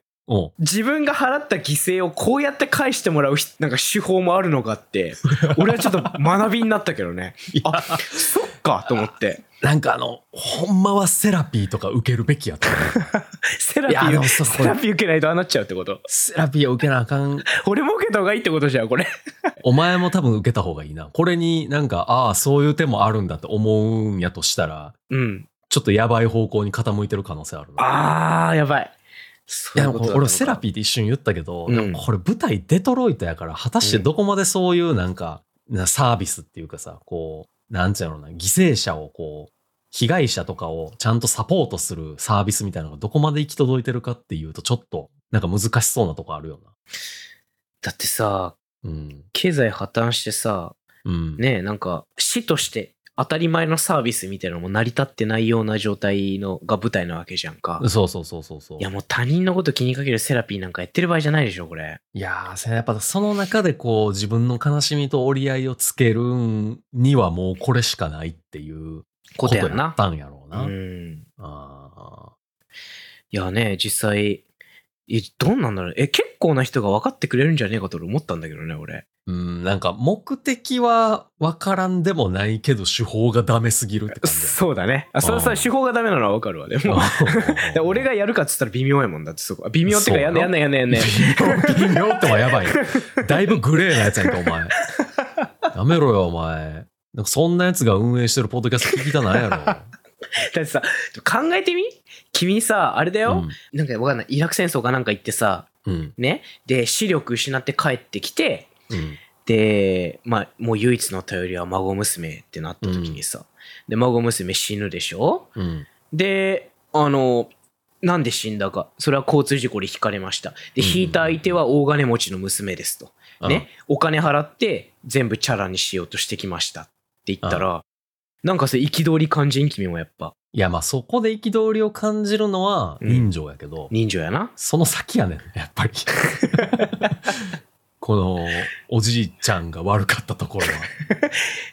C: 自分が払った犠牲をこうやって返してもらうひなんか手法もあるのか って、俺はちょっと学びになったけどね。あ、そっかと思って。
A: なんかあのほんまはセラピーとか受けるべきやったね
C: セラ
A: い
C: ピ
A: や
C: ー
A: でも
C: を
A: そう
C: セラピー受けないとああなっちゃうってこと
A: セラピーを受けなあかん
C: 俺も受けた方がいいってことじゃんこれ
A: お前も多分受けた方がいいなこれになんかああそういう手もあるんだって思うんやとしたら
C: うん
A: ちょっとやばい方向に傾いてる可能性あるな
C: あーやばい
A: いやでもこれ俺セラ
C: ー
A: ピーって一瞬言ったけど、
C: うん
A: でもこれ舞台デトロイトやから果たしてどこまでそういうなんか、なサービスっていうかさこうなんちゃうのな犠牲者をこう被害者とかをちゃんとサポートするサービスみたいなのがどこまで行き届いてるかっていうとちょっとなんか難しそうなとこあるよ
C: だってさ
A: な。うん。
C: 経済破綻してさ
A: うん。
C: ねえなんか死として当たり前のサービスみたいなのも成り立ってないような状態のが舞台なわけじゃんか。
A: そうそうそうそうそう。
C: いやもう他人のこと気にかけるセラピーなんかやってる場合じゃないでしょ、これ。
A: いやーせやっぱその中でこう自分の悲しみと折り合いをつけるんにはもうこれしかないっていう
C: ことやん
A: やっ
C: な。
A: たんやろうな。
C: うん。
A: あ
C: いやね、実際、え、どうなんだろう。え、結構な人が分かってくれるんじゃねえかと俺思ったんだけどね、俺。
A: ーうん、なんか目的はわからんでもないけど手法がダメすぎるって感じ
C: そうだね。あ、それは
A: う
C: さ、
A: ん
C: 手法がダメなのは分かるわ、でも。
A: や
C: で俺がやるかっつったら微妙やもんだってそこ微妙っていうかやん
A: そ
C: なや
A: うん
C: なやんなやんな
A: ね
C: や んな
A: 微妙ってはやばいよ。だいぶグレーなやつやんか、お前。やめろよ、お前。なんかそんなやつが運営してるポッドキャスト聞きたないや
C: だってさ考えてみ君さあれだ
A: ろ。
C: よ、なんかわかんないイラク戦争かなんか行ってさ
A: うん。うん。
C: ねで視力失って帰ってきて
A: うん。
C: でまあもう唯一の頼りは孫娘ってなった時にさ、で孫娘死ぬでしょ
A: うん。
C: であのなんで死んだかそれは交通事故でひかれましたで
A: うんうんうん
C: 引いた相手は大金持ちの娘ですとね、お金払って全部チャラにしようとしてきましたって言ったら、なんかそれ憤り感じん君もやっぱ
A: いや、まあそこで憤りを感じるのは人情やけど、
C: 人情やな。
A: その先やねん、やっ ぱり。この、おじいちゃんが悪かったところは。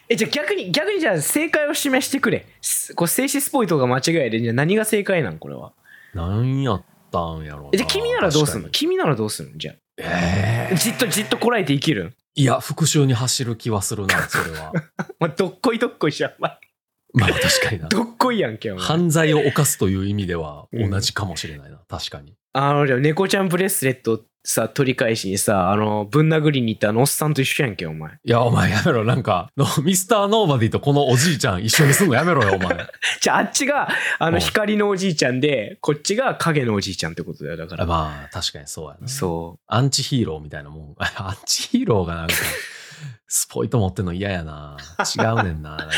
C: え、じゃあ逆に、逆にじゃあ正解を示してくれ。すこう、静止スポイトが間違いで、じゃあ何が正解なんこれは。
A: なんやったんやろうな。
C: えじゃあ君ならどうす
A: 確
C: んの
A: かに
C: 君ならどうすんのじゃ
A: え
C: あ。じっとじっとこらえて生きるん
A: ーいや、復讐に走る気はする な、それは。
C: まあ、どっこいどっこいじゃん。まあ
A: まあ確かに な。
C: どっこいやんけ、お前。
A: 犯罪を犯すという意味では
C: うん
A: 同じかもしれないな、確かに。
C: あの、じゃあ猫ちゃんブレスレットをさ、取り返しにさ、あの、ぶん殴りに行ったあのおっさんと一緒やんけ、お前。
A: いや、お前やめろ、なんか、のミスターノーバディとこのおじいちゃん一緒にすんのやめろよ、お前。
C: じゃああっちが、あ
A: う
C: の、
A: ん
C: 光のおじいちゃんで、こっちが影のおじいちゃんってことだよ、だから。
A: まあ、確かにそうやな。
C: そ
A: アンチヒーローみたいなもん。 アンチヒーローがなんか、スポイト持ってんの嫌やな。違うねん な。なんか、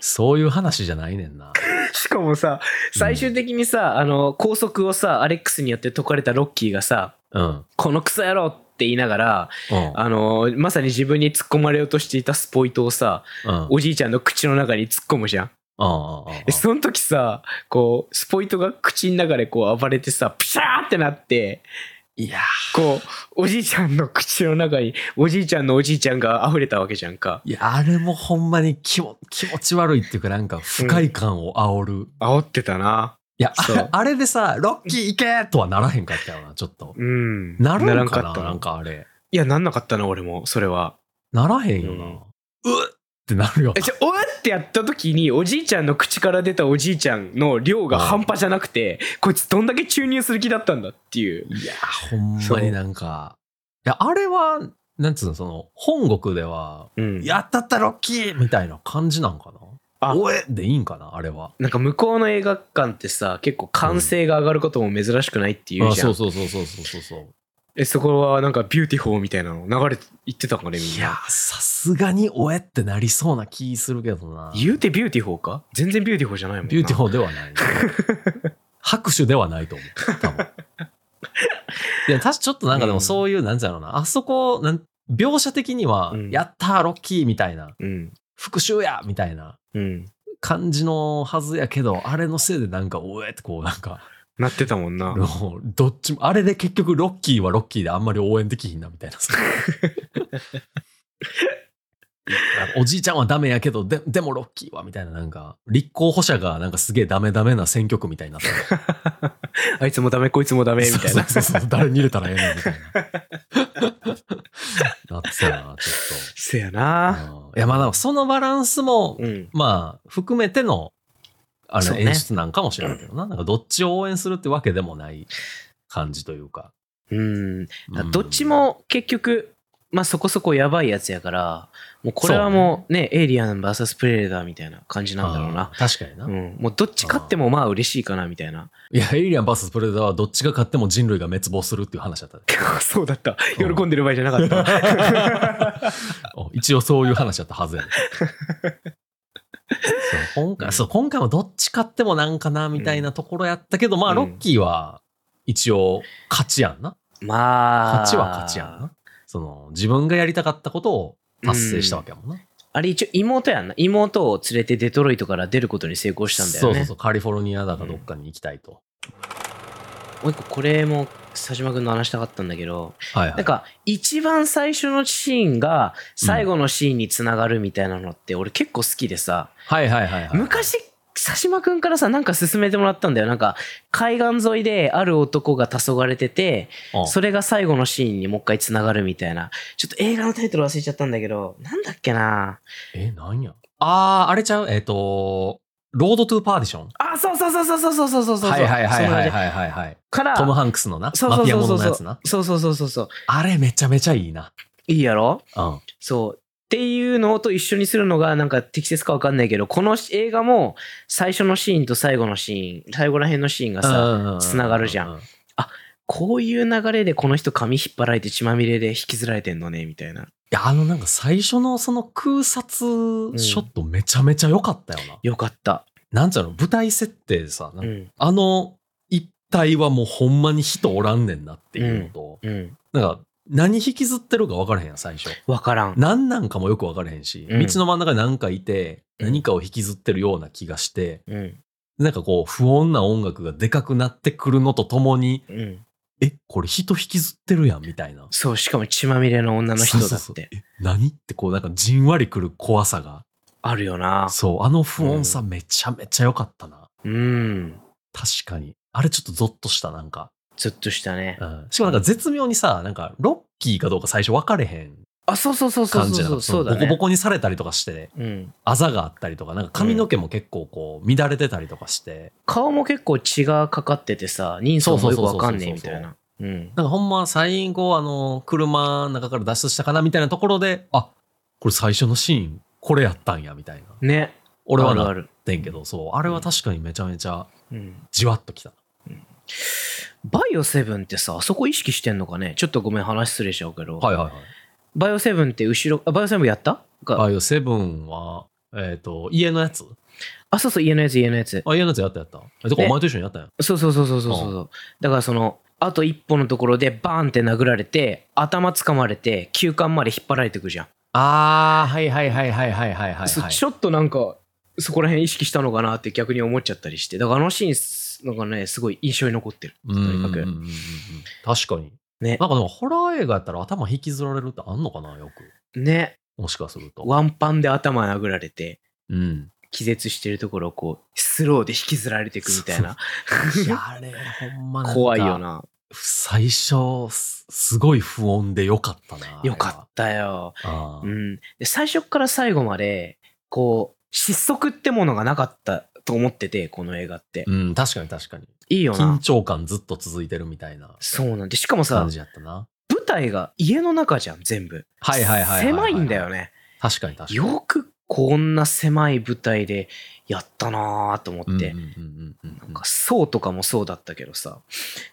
A: そういう話じゃないねんな。
C: う。しかもさ、最終的にさ、あの、拘束をさ、アレックスによって解かれたロッキーがさ、
A: うん。
C: このクソ野郎って言いながら、
A: うん。
C: あの、まさに自分に突っ込まれようとしていたスポイトをさ、
A: うん。うん。うん
C: おじいちゃんの口の中に突っ込むじゃん。
A: うん
C: でその時さ、こう、スポイトが口の中でこう暴れてさ、プシャーってなって、
A: いや
C: こう、おじいちゃんの口の中に、おじいちゃんのおじいちゃんが溢れたわけじゃんか。
A: いや、あれもほんまに気も気持ち悪いっていうか、なんか不快感を煽る。
C: 煽ってたな。
A: いや、
C: そう
A: あれでさ、ロッキー行けとはならへんかったよな、ちょっと。
C: うん。
A: なる
C: ら
A: んかな
C: った
A: なんかあれ。
C: いや、なんなかったな、俺も、それは。
A: ならへんよ
C: う
A: な。うんっってなるよ
C: え、じゃ、おえってやった時に、おじいちゃんの口から出たおじいちゃんの量が半端じゃなくて、こいつどんだけ注入する気だったんだっていう。
A: な。いや、ほんまになんか。いや、あれは、なんつうの、その、本国では、
C: うん
A: やったったロッキーみたいな感じなんかな。
C: あ
A: おえでいいんかなあれは。
C: なんか向こうの映画館ってさ、結構歓声が上がることも珍しくないっていう
A: あ
C: じゃん。
A: そうそうそうそうそうそうそう。
C: え、そこはなんかビューティフォーみたいなの流れて言ってたんかね、み
A: い
C: ん
A: や
C: な。、
A: さすがにおえってなりそうな気するけどな。
C: 言うてビューティフォーか全然ビューティフォーじゃないもんな。
A: ビューティ
C: ォー。
A: フォーではない。拍手ではないと思う。多分。いや、確かちょっとなんかで
C: う
A: も
C: ん
A: そういう、なんていうのかな、あそこ、なん描写的には、
C: うん
A: やったー、ロッキーみたいな、
C: うん。
A: 復讐やみたいな
C: うん。
A: 感じのはずやけど、あれのせいでなんか、おえってこう、なんか、
C: なってたもんな。
A: もうどっちも、あれで結局ロッキーはロッキーであんまり応援できひんな、みたい なさ。おじいちゃんはダメやけど、ででもロッキーは、みたいな、なんか、立候補者がなんかすげえダメダメな選挙区みたいになってる
C: あいつもダメ、こいつもダメ、みたいな。
A: そうそうそうそう誰に入れたらええのみたいな。なってたな、ちょ
C: せや
A: っ
C: な。
A: と。うんいや、まあでもそのバランスも、
C: うん。
A: まあ、含めての、あ
C: そう
A: の
C: ね
A: 演出なんかもしれないけどな。なんかどっちを応援するってわけでもない感じというか。
C: うん。
A: うん
C: どっち、も結局、まあそこそこやばいやつやから、もうこれはもうね、エイリアン VS プレデターみたいな感じなんだろう
A: あ。
C: な
A: ー。確かにな。
C: う
A: い
C: ん。もうどっち勝ってもまあ嬉しいかな、みたいな。
A: や、エイリアン VS プレデターはどっちが勝っても人類が滅亡するっていう話だったで。
C: そうだった。
A: うん
C: 喜んでる場合じゃなかった。
A: お一応そういう話だったは ずやねそう今
C: うん
A: 回、そう、今回もどっち勝ってもなんかな、みたいなところやったけど、ま
C: う
A: あ、
C: ん
A: ロッキーは一応勝ちやんな。
C: まあ。
A: 勝ちは勝ちやんな。その、自分がやりたかったことを達成したわけやもんな。
C: あれ一応妹やんな。妹を連れてデトロイトから出ることに成功したんだよ
A: そ
C: ね。
A: うそうそう、カリフォルニアだかどっかに行きたいと。
C: もう一個これも佐島君の話したかったんだけど、
A: はいはい。
C: なんか一番最初のシーンが最後のシーンにつながるみたいなのって俺結構好きでさ、
A: はいはいはいはい。
C: 昔佐島君からさなんか勧めてもらったんだよなんか海岸沿いである男が黄昏てて
A: うん
C: それが最後のシーンにもう一回つながるみたいなちょっと映画のタイトル忘れちゃったんだけどなんだっけな
A: え、なんや。あー、あれちゃうえっ、と、ロードトゥーパーディション。
C: あそうそうそうそうそうそうそうそうそう
A: はいはいはい
C: その
A: は
C: ね
A: いはいはいはい。
C: から
A: トム・ハンクスのな、
C: そう
A: マ
C: そう
A: フィア
C: そ
A: ものの
C: うそうそ
A: や
C: う
A: つな。
C: そうそうそうそうそう
A: あれめちゃめちゃいいな。
C: いいやろ
A: うん。
C: そう。っていうのと一緒にするのがなんか適切かわかんないけど、この映画も最初のシーンと最後のシーン、最後ら辺のシーンがさ、つながるじゃん
A: ううう。
C: こういう流れでこの人髪引っ張られて血まみれで引きずられてんのね、みたいな。
A: いや、あのなんか最初のその空撮ショットめちゃめちゃ良かったよな。
C: よかった。
A: なんちゃうの舞台設定でさ、なん
C: う
A: か
C: ん。
A: あの一体はもうほんまに人おらんねんなっていうのと、
C: うん。
A: なんか何引きずってるか分からへんやん最初。
C: わからん。
A: 何なんかもよく分からへんし、
C: うん
A: 道の真ん中に何かいて、
C: うん
A: 何かを引きずってるような気がして、
C: うん。
A: なんかこう不穏な音楽がでかくなってくるのとともに、
C: うん。
A: え、これ人引きずってるやんみたいな。
C: そう、しかも血まみれの女の人だ
A: そう
C: っ
A: そうそう
C: て。
A: え何ってこうなんかじんわりくる怖さが。
C: あるよな。
A: そう、あの不穏さめちゃめちゃ良かったな。
C: うん。
A: 確かに。あれちょっとゾッとしたなんか。
C: ずっとしたね。
A: うんしかもなんか絶妙にさ、なんかロッキーかどうか最初分かれへん
C: あ、そうそうそうそう
A: 感じ
C: そう
A: な
C: そ
A: の
C: うそう
A: ボ
C: だ
A: コ
C: ね。
A: ボコにされたりとかして、
C: うん。
A: あざがあったりとか、なんか髪の毛も結構こう乱れてたりとかして、
C: 顔も結構血がかかっててさ、人相もよくわかんねえみたいな。うん。
A: なんかほんま最後あの、車の中から脱出したかなみたいなところで、あ、これ最初のシーン、これやったんやみたいな。
C: ね。
A: 俺は
C: あ
A: なっ
C: るある。
A: てんけど、そう、あれは確かにめちゃめちゃ
C: うん。
A: じわっときた。
C: バイオセブンってさ、あそこ意識してんのかねちょっとごめん、話すれしちゃうけど。
A: はいはいはい。
C: バイオセブンって後ろ、あ、バイオセブンやったか
A: バイオセブンは、えっ、と、家のやつ
C: あ、そうそう、家のやつ、家のやつ。
A: あ、家のやつやったやった。え、てか
C: ね
A: お前と一緒にやったんや。
C: そうそうそうそうそうそう。だからその、あと一歩のところでバーンって殴られて、頭掴まれて、休館まで引っ張られてくじゃん。
A: あー、はいはいはいはいはいはいは
C: そちょっとなんか、そこら辺意識したのかなって逆に思っちゃったりして。だからあのシーンす、なんかね、すごい印象に残ってる。
A: うん
C: と
A: うん
C: に
A: うん
C: か
A: うんう
C: く。
A: ん確かに。
C: ね
A: なんかでも、ホラー映画やったら頭引きずられるってあんのかな、よく。
C: ね。
A: もしかすると。
C: ワンパンで頭殴られて。
A: うん。
C: 気絶してるところをこうスローで引きずられていくみたいな
A: いや、あれ、ほんまなんか
C: 怖いよ。な
A: 最初、すすごい不穏でよかったな。
C: よかったよ、
A: た。あ
C: う
A: ー
C: ん、で最初から最後までこう失速ってものがなかったと思っててこの映画って、
A: うん、確かに確かに。
C: いいよ
A: 緊
C: な
A: 張感ずっと続いてるみたいな
C: そうなんでしかもさ
A: 感じやったな。
C: 舞台が家の中じゃん全部
A: はいはいはいはは
C: 狭いんだよ。ね
A: 確かに確かに。
C: よくこんな狭い舞台でやったなーと思って、
A: うんうんうんうんうん
C: なんか、そうとかもそうだったけどさ、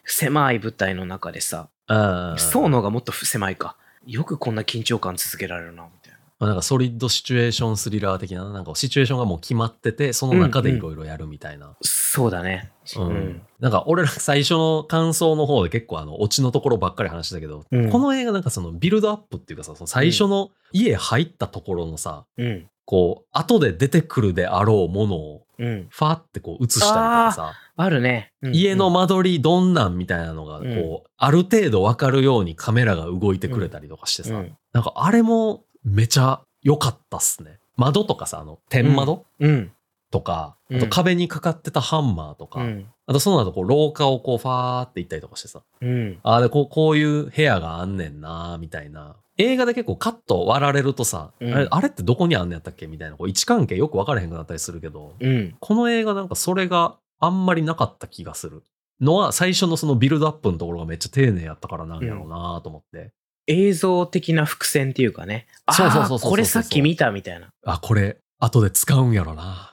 C: 狭い舞台の中でさ、
A: うん
C: そうの方がもっと狭いか。よくこんな緊張感続けられるな、みたいな。
A: まあなんかソリッドシチュエーションスリラー的な、なんかシチュエーションがもう決まってて、その中でいろいろやるみたいな。
C: そうだね。
A: うん
C: うん
A: なんか俺ら最初の感想の方で結構あの、オチのところばっかり話してたけど、
C: うん
A: この映画なんかそのビルドアップっていうかさ、その最初の家入ったところのさ、
C: うん。
A: こう、後で出てくるであろうものを、
C: うん。
A: ファーってこう映したりとかさ、
C: あるね。うん
A: 家の、間取りどんなんみたいなのが、こう、
C: うん
A: ある程度わかるようにカメラが動いてくれたりとかして
C: う
A: さ、
C: ん。
A: なんかあれもめちゃ良かったっすね。窓とかさ、あの、天窓
C: うん。
A: とか、
C: うん
A: あと壁にかかってたハンマーとか、
C: うん。
A: あとその後こう廊下をこうファーって行ったりとかしてさ、
C: うん。
A: ああ、で、こう、こういう部屋があんねんなみたいな。映画で結構カット割られるとさ、
C: うん
A: あれあれってどこにあんねんやったっけみたいな、こう位置関係よく分からへんくなったりするけど、
C: うん。
A: この映画なんかそれがあんまりなかった気がする。のは最初のそのビルドアップのところがめっちゃ丁寧やったからなんやろうなと思って、
C: 映像的な伏線っていうかね。あ
A: そうそうそうそう
C: あ、
A: そう
C: これさっき見たみたいな。
A: あ、これ、後で使うんやろな。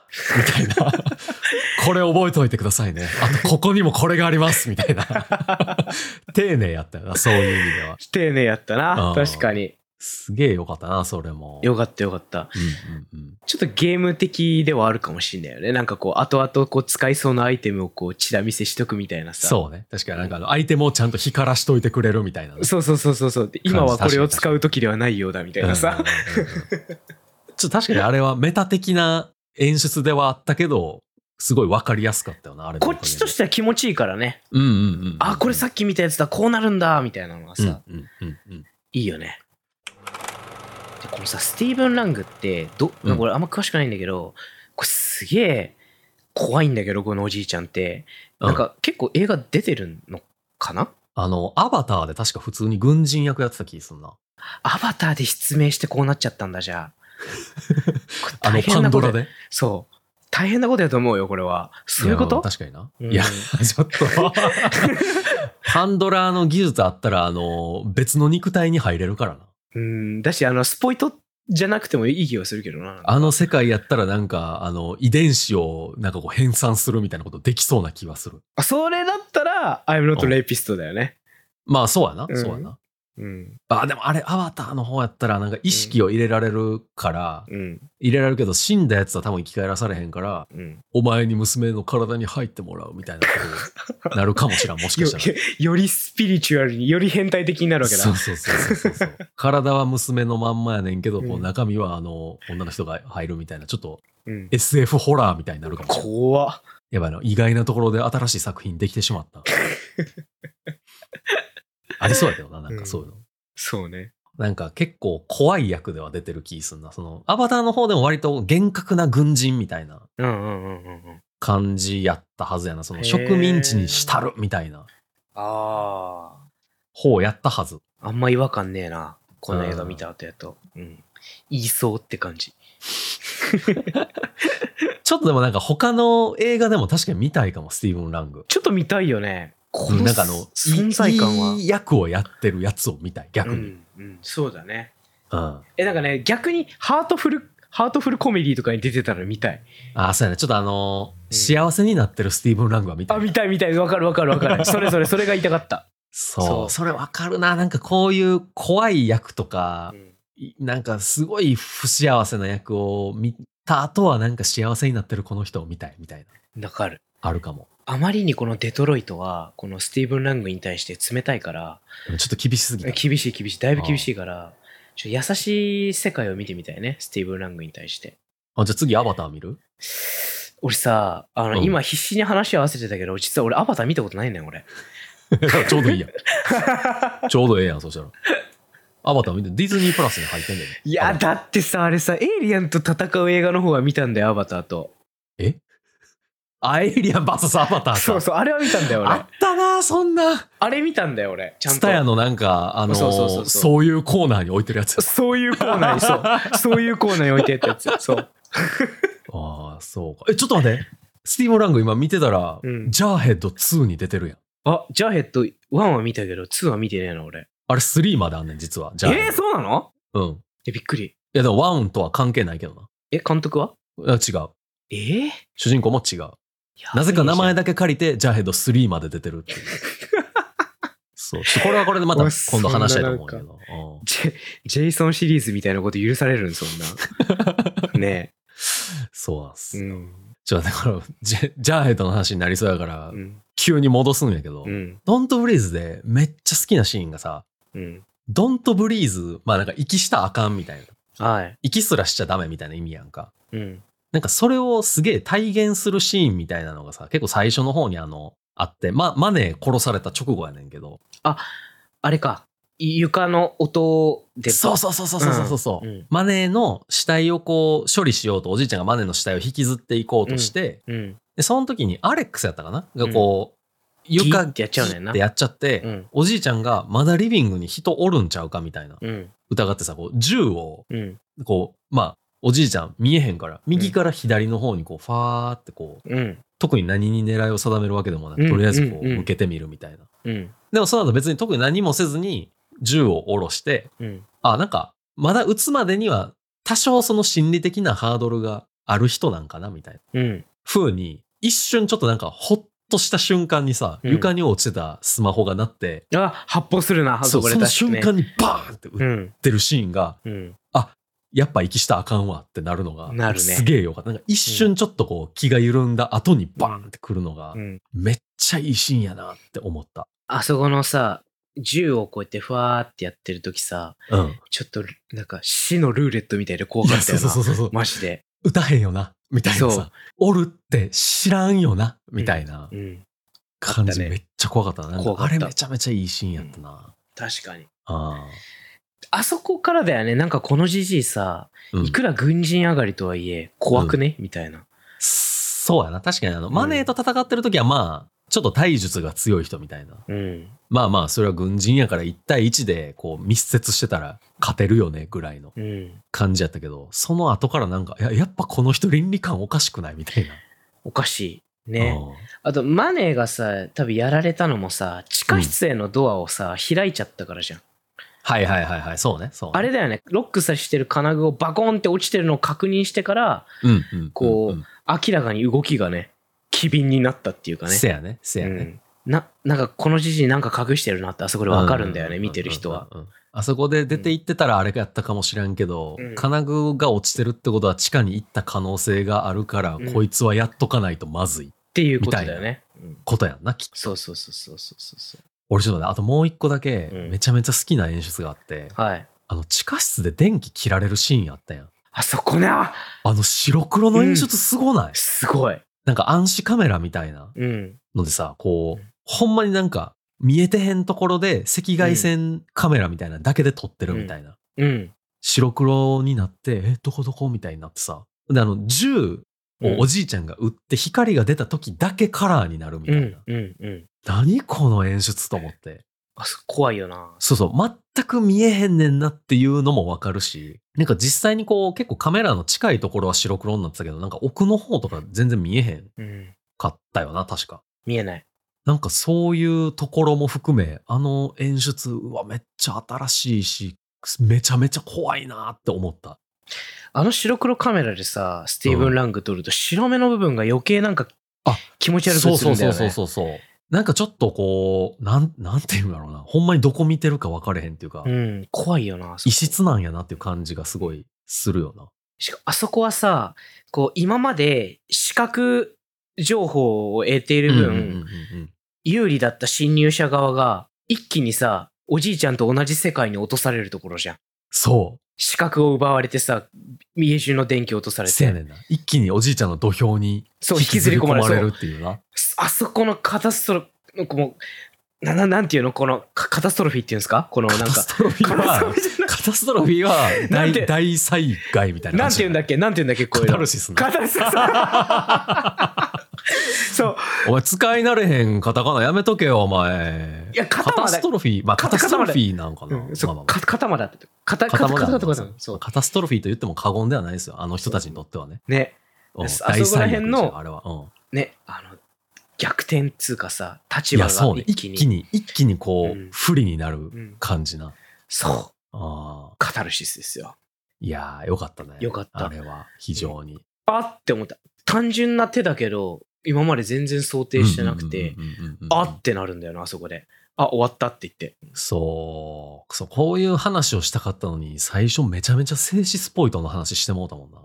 A: みたい な。これ覚えておいてくださいね。あと、ここにもこれがあります。みたい な。丁寧やったよな、そういう意味では。
C: 丁寧やった
A: あ
C: な。
A: ー
C: 確かに。
A: すげえよかったな、それも。
C: よかったよかった。
A: うんうんうん。
C: ちょっとゲーム的ではあるかもしんないよね。なんかこう、後々こう使いそうなアイテムをこう、チラ見せしとくみたいなさ。
A: そうね。確かになんかあの、相手もちゃんと光らしといてくれるみたいな。
C: そうそうそうそうそう。で今はこれを使う時ではないようだみたいなさ。
A: うんうんうんうんちょっと確かにあれはメタ的な演出ではあったけど、すごいわかりやすかったよな、あれのお
C: こ
A: かげで。
C: っちとしては気持ちいいからね。
A: うんうんうん。
C: あ、これさっき見たやつだ、こうなるんだ、みたいなのはさ、
A: うんうんうん
C: いいよね。でこのさ、スティーブン・ラングって、ど、
A: うん
C: 俺あんま詳しくないんだけど、これすげえ怖いんだけど、このおじいちゃんって。
A: うん
C: なんか結構映画出てるのかな
A: あの、アバターで確か普通に軍人役やってた気すんな。
C: アバターで失明してこうなっちゃったんだ、じゃあ。これ
A: あの、
C: 大
A: パ
C: 変
A: ン
C: な
A: ド
C: こ
A: ラ
C: と
A: で。
C: そう。大変なことやと思うよ、これは。そういうこ
A: や
C: と
A: 確かにな。
C: うん
A: いや、 ちょっと。 パンドラの技術あったら、あの、別の肉体に入れるからな。
C: うん、だし、あの、スポイトじゃなくてもいい気はするけどな。
A: あの世界やったらなんか、あの、遺伝子をなんかこう変散するみたいなことできそうな気はする。
C: あそれだったら、I'm not
A: うん
C: rapist だよね。
A: まあ、そうやな。
C: うん
A: そうやな。
C: うん。
A: あ、でもあれ、アバターの方やったらなんか意識を入れられるから、
C: うん。
A: 入れられるけど死んだやつは多分生き返らされへんから、
C: うん。
A: お前に娘の体に入ってもらうみたいな ことになるかもしれん、もしか
C: よ
A: したら。
C: よりスピリチュアルに、より変態的になるわけだ
A: そう。そうそうそうそう。 体は娘のまんまやねんけど、こ
C: う
A: うん中身はあの、女の人が入るみたいな、ちょっと
C: うん。
A: SF ホラーみたいになるかもしれない。
C: 怖っ
A: やばいな、意外なところで新しい作品できてしまっ た。ありそうやけどな、なんかそういうの。
C: そうね。
A: なんか結構怖い役では出てる気すんな。その、アバターの方でも割と厳格な軍人みたいな
C: うんうんうんうんうん。
A: 感じやったはずやな。そ
C: へ
A: の
C: ー
A: 植民地にしたるみたいな
C: ああ。
A: 方やったはず。
C: あんま違和感ねえな。この映画見た後やと。うん。言いそうって感じ。
A: ちょっとでもなんか他の映画でも確かに見たいかも、スティーブン・ラング。
C: ちょっと見たいよね。こ
A: うん
C: の
A: なんかあの、
C: 存在感は。
A: いい役をやってるやつを見たい、逆
C: う
A: に。
C: ん、うん、そうだね。
A: うん
C: え、なんかね、逆にハートフル、ハートフルコメディとかに出てたら見たい。
A: あ、そうやね。ちょっとあの
C: う
A: ー
C: ん
A: 幸せになってるスティーブン・ラングは見た
C: あ、
A: い。
C: 見たい見たい。わかるわかるわかる。それそれ、それが言いたかった。
A: そう。
C: そ
A: そうそれわかるな。なんかこういう怖い役とか
C: う、ん
A: いなんかすごい不幸せな役を見た後はなんか幸せになってるこの人を見たいみたいな。
C: わかる。
A: あるかも。
C: あまりにこのデトロイトは、このスティーブン・ラングに対して冷たいから、
A: でもちょっと厳しすぎた。
C: 厳しい厳しい、だいぶ厳しいから、ちょっと優しい世界を見てみたいね、スティーブン・ラングに対して。
A: あ、じゃあ次アバター見る
C: 俺さ、あの、
A: うん
C: 今必死に話を合わせてたけど、実は俺アバター見たことないねん、俺。
A: ちょうどいいやん。ちょうどええやん、そ したら。アバター見て、ディズニープラスに入ってんだよ。
C: いや、
A: アバター
C: だってさ、あれさ、エイリアンと戦う映画の方は見たんだよ、アバターと。
A: えアイリアン VS アバターか。
C: そうそう、あれは見たんだよ、
A: あ
C: 俺
A: っ。たな、そんな。
C: あれ見たんだよ、俺。ちゃん
A: ツ
C: と
A: タ。ヤのなんか、あのー
C: そ
A: そうう
C: そうそうそう
A: いうコーナーに置いてるやつ。
C: そういうコーナーに、 そう。そういうコーナーに置いてったやつ。そう。
A: ああ、そうか。え、ちょっと待って。スティーブン・ラング今見てたら、
C: うん
A: ジャーヘッド2に出てるやん。
C: あ、ジャーヘッド1は見たけど、2は見てねえの、俺。
A: あれ3まであんねん、実は。ジャーヘッ
C: えー、そうなの
A: ド。うん。
C: え、びっくり。
A: いや、でも1とは関係ないけど
C: え、監督は
A: な。あ違う。
C: えー、
A: 主人公も違う。なぜか名前だけ借りて、ジャーヘッド3まで出てるっていう。 そう。ちょっとこれはこれでまた
C: うわ
A: 今度話したいと思うけど。うん
C: ジェジェイソンシリーズみたいなこと許されるんそん なね
A: そうなんす。
C: え、うん
A: ちょっとだから、ジェジャーヘッドの話になりそうやから
C: う、ん
A: 急に戻すんやけど
C: う、ん
A: ドントブリーズでめっちゃ好きなシーンがさ、
C: うん
A: ドントブリーズ、まあなんか息したらあかんみたいな。
C: はい
A: 息すらしちゃダメみたいな意味やんか。
C: うん
A: なんかそれをすげえ体現するシーンみたいなのがさ、結構最初の方にあの、あって、ま、マネー殺された直後やねんけど。
C: あれかい床の音で
A: そうそうそうそうそうそうそう。
C: うん
A: マネーの死体をこう処理しようと、おじいちゃんがマネーの死体を引きずっていこうとして、
C: うん
A: で、その時にアレックスやったかながこう、床
C: ギーってやっちゃうねん
A: ギー
C: な
A: ってやっちゃって、
C: うん
A: おじいちゃんがまだリビングに人おるんちゃうかみたいな
C: うん
A: 疑ってさ、こう銃を
C: うん
A: こう、まあ、おじいちゃん見えへんから、右から左の方にこう、ファーってこう、
C: うん
A: 特に何に狙いを定めるわけでもな
C: う
A: く、
C: ん
A: とりあえずこう、
C: うんうん
A: 向けてみるみたいな。
C: うん
A: でもその後別に特に何もせずに、銃を下ろして、
C: うん
A: あ、なんか、まだ撃つまでには、多少その心理的なハードルがある人なんかな、みたいな。
C: うん
A: 風に、一瞬ちょっとなんか、ほっとした瞬間にさ、
C: うん
A: 床に落ちてたスマホが鳴って、
C: あ発砲するな
A: そう
C: れ
A: その瞬間にバーンって
C: う
A: 撃っ
C: ん
A: てるシーンが、
C: うん
A: やっぱ息したらあかんわってなるのが、
C: なるね
A: すげえよかった。なんか一瞬ちょっとこう気が緩んだ後にバーンってくるのが
C: う、ん
A: めっちゃいいシーンやなって思った。
C: あそこのさ銃をこうやってふわーってやってる時さ、
A: うん。
C: ちょっとなんか死のルーレットみたいで怖かった
A: そう
C: よ
A: そう
C: な。
A: そうそう。
C: マジで。
A: 歌へんよな、みたいな
C: そ
A: さ
C: う。
A: おるって知らんよな、みたいな
C: うん。
A: 感
C: あっ
A: じ
C: たね
A: めっちゃ怖かったな。なんか
C: 怖かっ
A: あ
C: た
A: れめちゃめちゃいいシーンやったな。
C: 確かに。
A: あ
C: あそこからだよね。なんかこのじじいさ、
A: あ。うん
C: いくら軍人上がりとはいえ、怖くね、みたいな。
A: そうやな。確かにあの、
C: ん
A: マネーと戦ってる時はまあ、ちょっと体術が強い人みたいな。
C: うん。
A: まあまあ、それは軍人やから1対1でこう密接してたら勝てるよねぐらいの
C: うん。
A: 感じやったけど、その後からなんか、いや、やっぱこの人倫理観おかしくないみたいな。
C: おかしい。ね。
A: うん
C: あと、マネーがさ、多分やられたのもさ、地下室へのドアをさ、開いちゃったからじゃん。
A: はいはいはいはい、そうね、そうね、
C: あれだよね、ロックさしてる金具をバコンって落ちてるのを確認してから、
A: うん、うんうんうん
C: こう、明らかに動きがね、機敏になったっていうかね。
A: せやね、せやね。
C: うん、な、なんかこのじじいなんか隠してるなって、あそこでわかるんだよね、
A: う
C: 見てる人は。。
A: うんうんうんあそこで出て行ってたらあれやったかもしれんけど、
C: うん
A: 金具が落ちてるってことは地下に行った可能性があるから、
C: うん
A: こいつはやっとかないとまずい
C: っていうことだよね。うん
A: ことやんな、きっと。
C: そうそうそうそうそうそう
A: 俺ちょっとね、あともう一個だけ、
C: うん
A: めちゃめちゃ好きな演出があって、
C: そう。はい。
A: あの、地下室で電気切られるシーンあったやん。
C: あそこな、
A: あの白黒の演出すごない、
C: すごい。
A: なんか暗視カメラみたいな
C: うん。
A: のでさ、こう
C: う、
A: ほんまになんか見えてへんところで赤外線カメラみたいなだけで撮ってるみたいな。
C: うん。
A: 白黒になって、え、どこどこみたいになってさ。で、あの、銃をおじいちゃんが撃って、光が出た時だけカラーになるみ
C: う
A: たいな。
C: ん。うん。うん。
A: 何この演出と思って。
C: あそこ怖いよな。
A: そうそう、全く見えへんねんなっていうのもわかるし、なんか実際にこう、結構カメラの近いところは白黒になってたけど、なんか奥の方とか全然見えへん
C: うん。
A: かったよな、確か。
C: 見えない。
A: なんかそういうところも含め、あの演出はめっちゃ新しいし、めちゃめちゃ怖いなって思った。
C: あの白黒カメラでさ、スティーブン・ラング撮ると、白目の部分が余計なんか、
A: あ
C: 気持ち悪く
A: そう
C: 映
A: そ
C: る
A: うん
C: だ
A: そ
C: よ
A: う
C: ね。
A: そうそうそう。なんかちょっとこう、なん、なんていうんだろうな。ほんまにどこ見てるか分かれへんっていうか、
C: うん、怖いよな。あそこ
A: 異質なんやなっていう感じがすごいするよな。
C: しかあそこはさ、こう、今まで視覚情報を得ている分、
A: うんうんうんうん
C: 有利だった侵入者側が、一気にさ、おじいちゃんと同じ世界に落とされるところじゃん。
A: そう。
C: 視覚を奪われてさ、家中の電気を落とされ
A: せやね
C: て。
A: んな。一気におじいちゃんの土俵に
C: そう引きずり込まれる
A: るっていうな。
C: あそこのカタストロフ、もうなななんていうのこのカカタストロフィーっていうんですかこのな
A: カ
C: ん
A: タ
C: か。
A: ストロフィーは、
C: じゃない
A: カタストロフィーは
C: なん
A: 大
C: て
A: 大災害みたいな
C: な
A: 感
C: んて
A: じ
C: 言
A: や
C: うんだっけなんて言うんだっけこういう
A: カタ
C: の
A: ル。シスな。
C: カタルシスそう。
A: お前使い慣れへんカタカナやめとけよ、お前
C: い。や、
A: カ
C: 肩ま
A: タ
C: で
A: ストロフィー、まあカ
C: カ
A: タ
C: タ
A: ストロフィーなんかな。
C: うんそ
A: まあまあま
C: う
A: あ
C: か肩までだって。肩肩
A: 塊
C: 肩
A: なんだ
C: 肩肩そう。
A: カタストロフィーと言っても過言ではないですよ。あの人たちにとってはね。
C: ね。
A: うん
C: あそこ
A: 大
C: ら辺の
A: 災難ですよあれは。うん
C: ね。あの、逆転っつうかさ、
A: い
C: 立場
A: や、そう
C: が
A: ね。
C: 一気
A: 一
C: に。
A: 気に、一気にこ
C: う、
A: うん不利になる
C: うん
A: 感じな。
C: そう。
A: ああ。
C: カタルシスですよ。
A: いやー、よかったね。
C: よかった
A: あれは、非常に。
C: あって思った。単純な手だけど、今まで全然想定してなくて、
A: うんうんうんうんうんうん
C: あってなるんだよな、あそこで。あ、終わったって言って。
A: そうそうこういう話をしたかったのに最初めちゃめちゃ静止スポイトの話してもうたもんな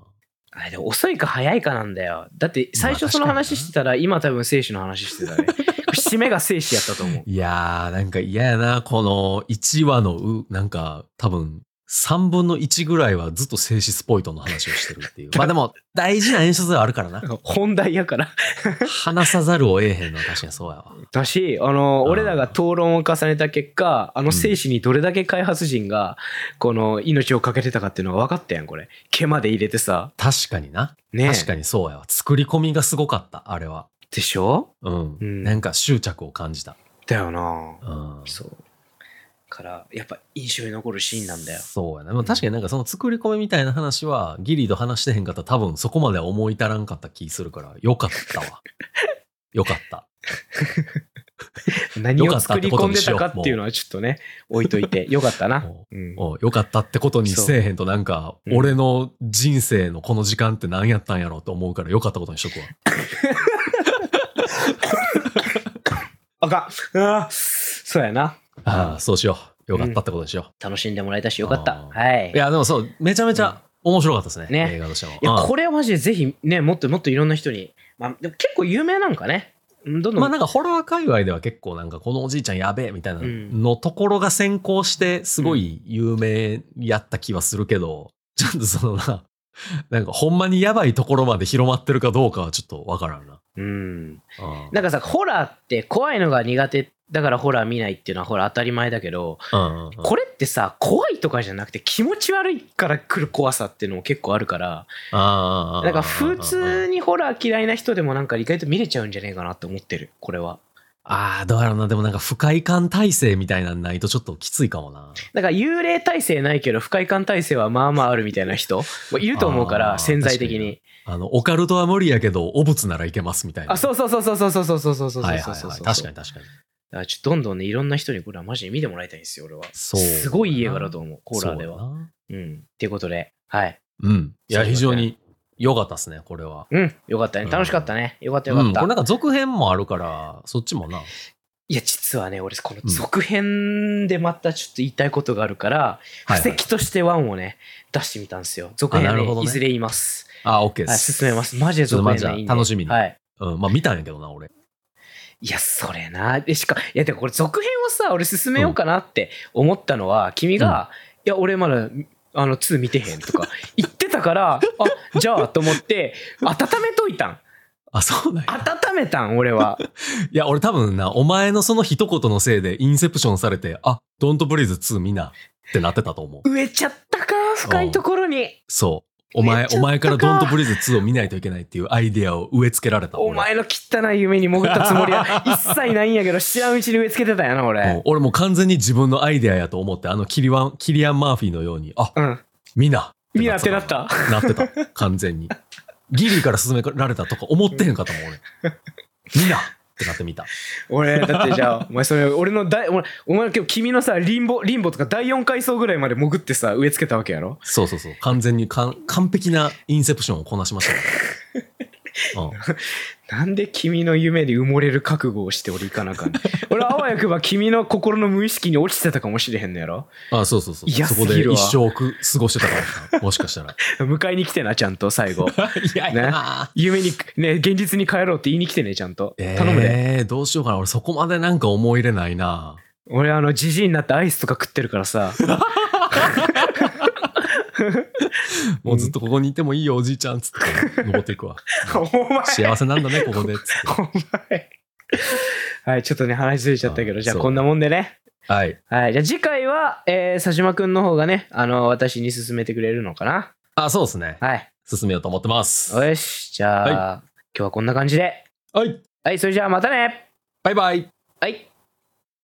C: あれでも遅いか早いかなんだよ。だって最
A: まあ
C: 初その話してたら、今多分生死の話して たね。締めが生死やったと思う。
A: いやーなんか嫌やなこの1話のうなんか多分3分の1ぐらいはずっと静止スポイトの話をしてるって いうまあでも大事な演出ではあるからな
C: 本題やから。
A: 話さざるを得へんのは確かにそうやわ
C: だし、あの、
A: うん
C: 俺らが討論を重ねた結果、あの生死にどれだけ開発人が、この命をかけてたかっていうのが分かったやん、これ。毛まで入れてさ。
A: 確かにな、
C: ね
A: 確かにそうやわ作り込みがすごかったあれは
C: でしょ
A: うん、
C: うん
A: なんか執着を感じた、
C: だよな
A: うん、
C: そう。から、やっぱ印象に残るシーンなんだよ。
A: そうやな。まあ確かになんかその作り込みみたいな話は、ギリと話してへんかったら多分そこまでは思い至らんかった気するから、よかった わ。よかった。
C: 何を作り込んでたかっていうのはちょっとね、置いといて、よかったな
A: も。
C: うん
A: おうよかったってことにせえへんとなんか、
C: そううん
A: 俺の人生のこの時間って何やったんやろうと思うから、よかったことにしとくわ。
C: あかん。あーそうやな。
A: ああ、そうしよう。よかったってことにしよ
C: 楽しんでもらえたし、よかった
A: あ。ー
C: は
A: う。
C: い。
A: いや、でもそう、めちゃめちゃ面白かったですね。
C: ね
A: 映画としても。
C: いや、
A: うん
C: これはマジでぜひね、もっともっといろんな人に、まあ、でも結構有名なんかね。どんどん、
A: まあなんかホラー界隈では結構なんかこのおじいちゃんやべえみたいな
C: うん
A: のところが先行してすごい有名やった気はするけど、 ちょっとそのな、なんかほんまにやばいところまで広まってるかどうかはちょっとわからんな。
C: うん、
A: うん
C: なんかさホラーって怖いのが苦手だからホラー見ないっていうのはほら当たり前だけど、
A: うんうんうん
C: これってさ怖いとかじゃなくて気持ち悪いから来る怖さっていうのも結構あるから
A: あー
C: なんか普通にホラー嫌いな人でもなんか意外と見れちゃうんじゃねえかなって思ってるこれは
A: ああ、どうやろうな。でもなんか不快感体制みたいなんないとちょっときついかもな。
C: だから幽霊体制ないけど不快感体制はまあまああるみたいな人もいると思うか
A: あー
C: ら潜在的に
A: 確あの、オカルトは無理やけど、汚物ならいけますみたいな。
C: あそうそうそうそうそうそうそうそうそうそうそう
A: はい
C: そう
A: はいはい
C: そうそう
A: 確かに確かに。
C: だからちょっとどんどんねいろんな人にこれはマジで見てもらいたいんですよ俺は
A: そうだな
C: すごいいい映画だと思うコーラーで
A: そうだ
C: は
A: な
C: うんっていうことではい
A: うん。いや、
C: そうだね
A: 非常に良かったですね、これは。
C: うんよかった
A: う
C: ね
A: ん
C: 楽しかったねよかったよ
A: う
C: か
A: ん、
C: っ
A: こ
C: た、
A: れなんか続編もあるから、そっちもな。
C: いや実はね俺この
A: うん
C: 続編でまたちょっと言いたいことがあるから、
A: はい
C: 布石としてワンをね出してみたんですよ続
A: あ
C: 編
A: なるほ
C: ね
A: どね
C: いずれ言います、
A: あ、OK で
C: はい、
A: す。
C: 進めますマジで続編
A: ちょっとまあ
C: ねいい
A: じ
C: んで
A: ゃあ楽しみに
C: はい
A: うん、まあ見たんやけどな、俺。
C: いや、それな。で、しか、いや、でもこれ続編をさ、俺進めようかなって思ったのは、君が、いや、俺まだ、あの、2見てへんと か言ってたから、あ、じゃあと思って、温めといたん。
A: あ、そうなんや。
C: 温めたん、俺は。
A: いや、俺多分な、お前のその一言のせいでインセプションされて、あ、ドントブリーズ2見なってなってたと思う。
C: 植えちゃったか、深いところに。
A: そう。お前
C: やっ、ち
A: お
C: ゃったか
A: 前からドントブリーズ2を見ないといけないっていうアイディアを植え付けられた。
C: お
A: 俺
C: 前の汚い夢に潜ったつもり は一切ないんやけど、知らんうちに植え付けてたんやな、
A: もう
C: 俺。
A: 俺もう完全に自分のアイデアやと思って、あのキリワン、キリアン・マーフィーのように、あ、
C: うん。
A: みな。
C: みなってなった。
A: なってた。完全に。ギリから進められたとか思ってへんかったもん、俺。みなってなってみた。
C: 俺、だってじゃあ、お前それ、俺の第、お前、お前今日君のさ、リンボ、リンボとか第4階層ぐらいまで潜ってさ、植え付けたわけやろ
A: そうそうそう。完全にかん完璧なインセプションをこなしましたよ。うん
C: なんで君の夢に埋もれる覚悟をして俺いか なあかんねん俺あわよくば君の心の無意識に落ちてたかもしれへんのやろ
A: あ、そうそうそう。
C: いや
A: そこです
C: ぎる
A: 一生
C: わ
A: く過ごしてたからなもしかした ら。
C: 迎えに来てなちゃんと最後
A: いやいやな。
C: 夢にね現実に帰ろうって言いに来てねちゃんと、
A: えー
C: 頼むで
A: どうしようかな。俺そこまでなんか思い入れないな。
C: 俺あのじじいになってアイスとか食ってるか らさ
A: もうずっとここにいてもいいよ、おじいちゃん。つって登ってい くわ。
C: お前
A: 幸せなんだね、ここで。つって
C: お前はいちょっとね話ずれちゃったけ
A: あ
C: どじゃあ
A: そう
C: こんなもんでね
A: はい。
C: はいじゃあ次回は、えー、佐島くんの方がねあの私に勧めてくれるのかな
A: あ、そうですね。
C: はい
A: 進めようと思ってます。
C: よしじゃあ、今日はこんな感じで
A: はい。
C: はいそれじゃあまたね
A: バイバイ。
C: はい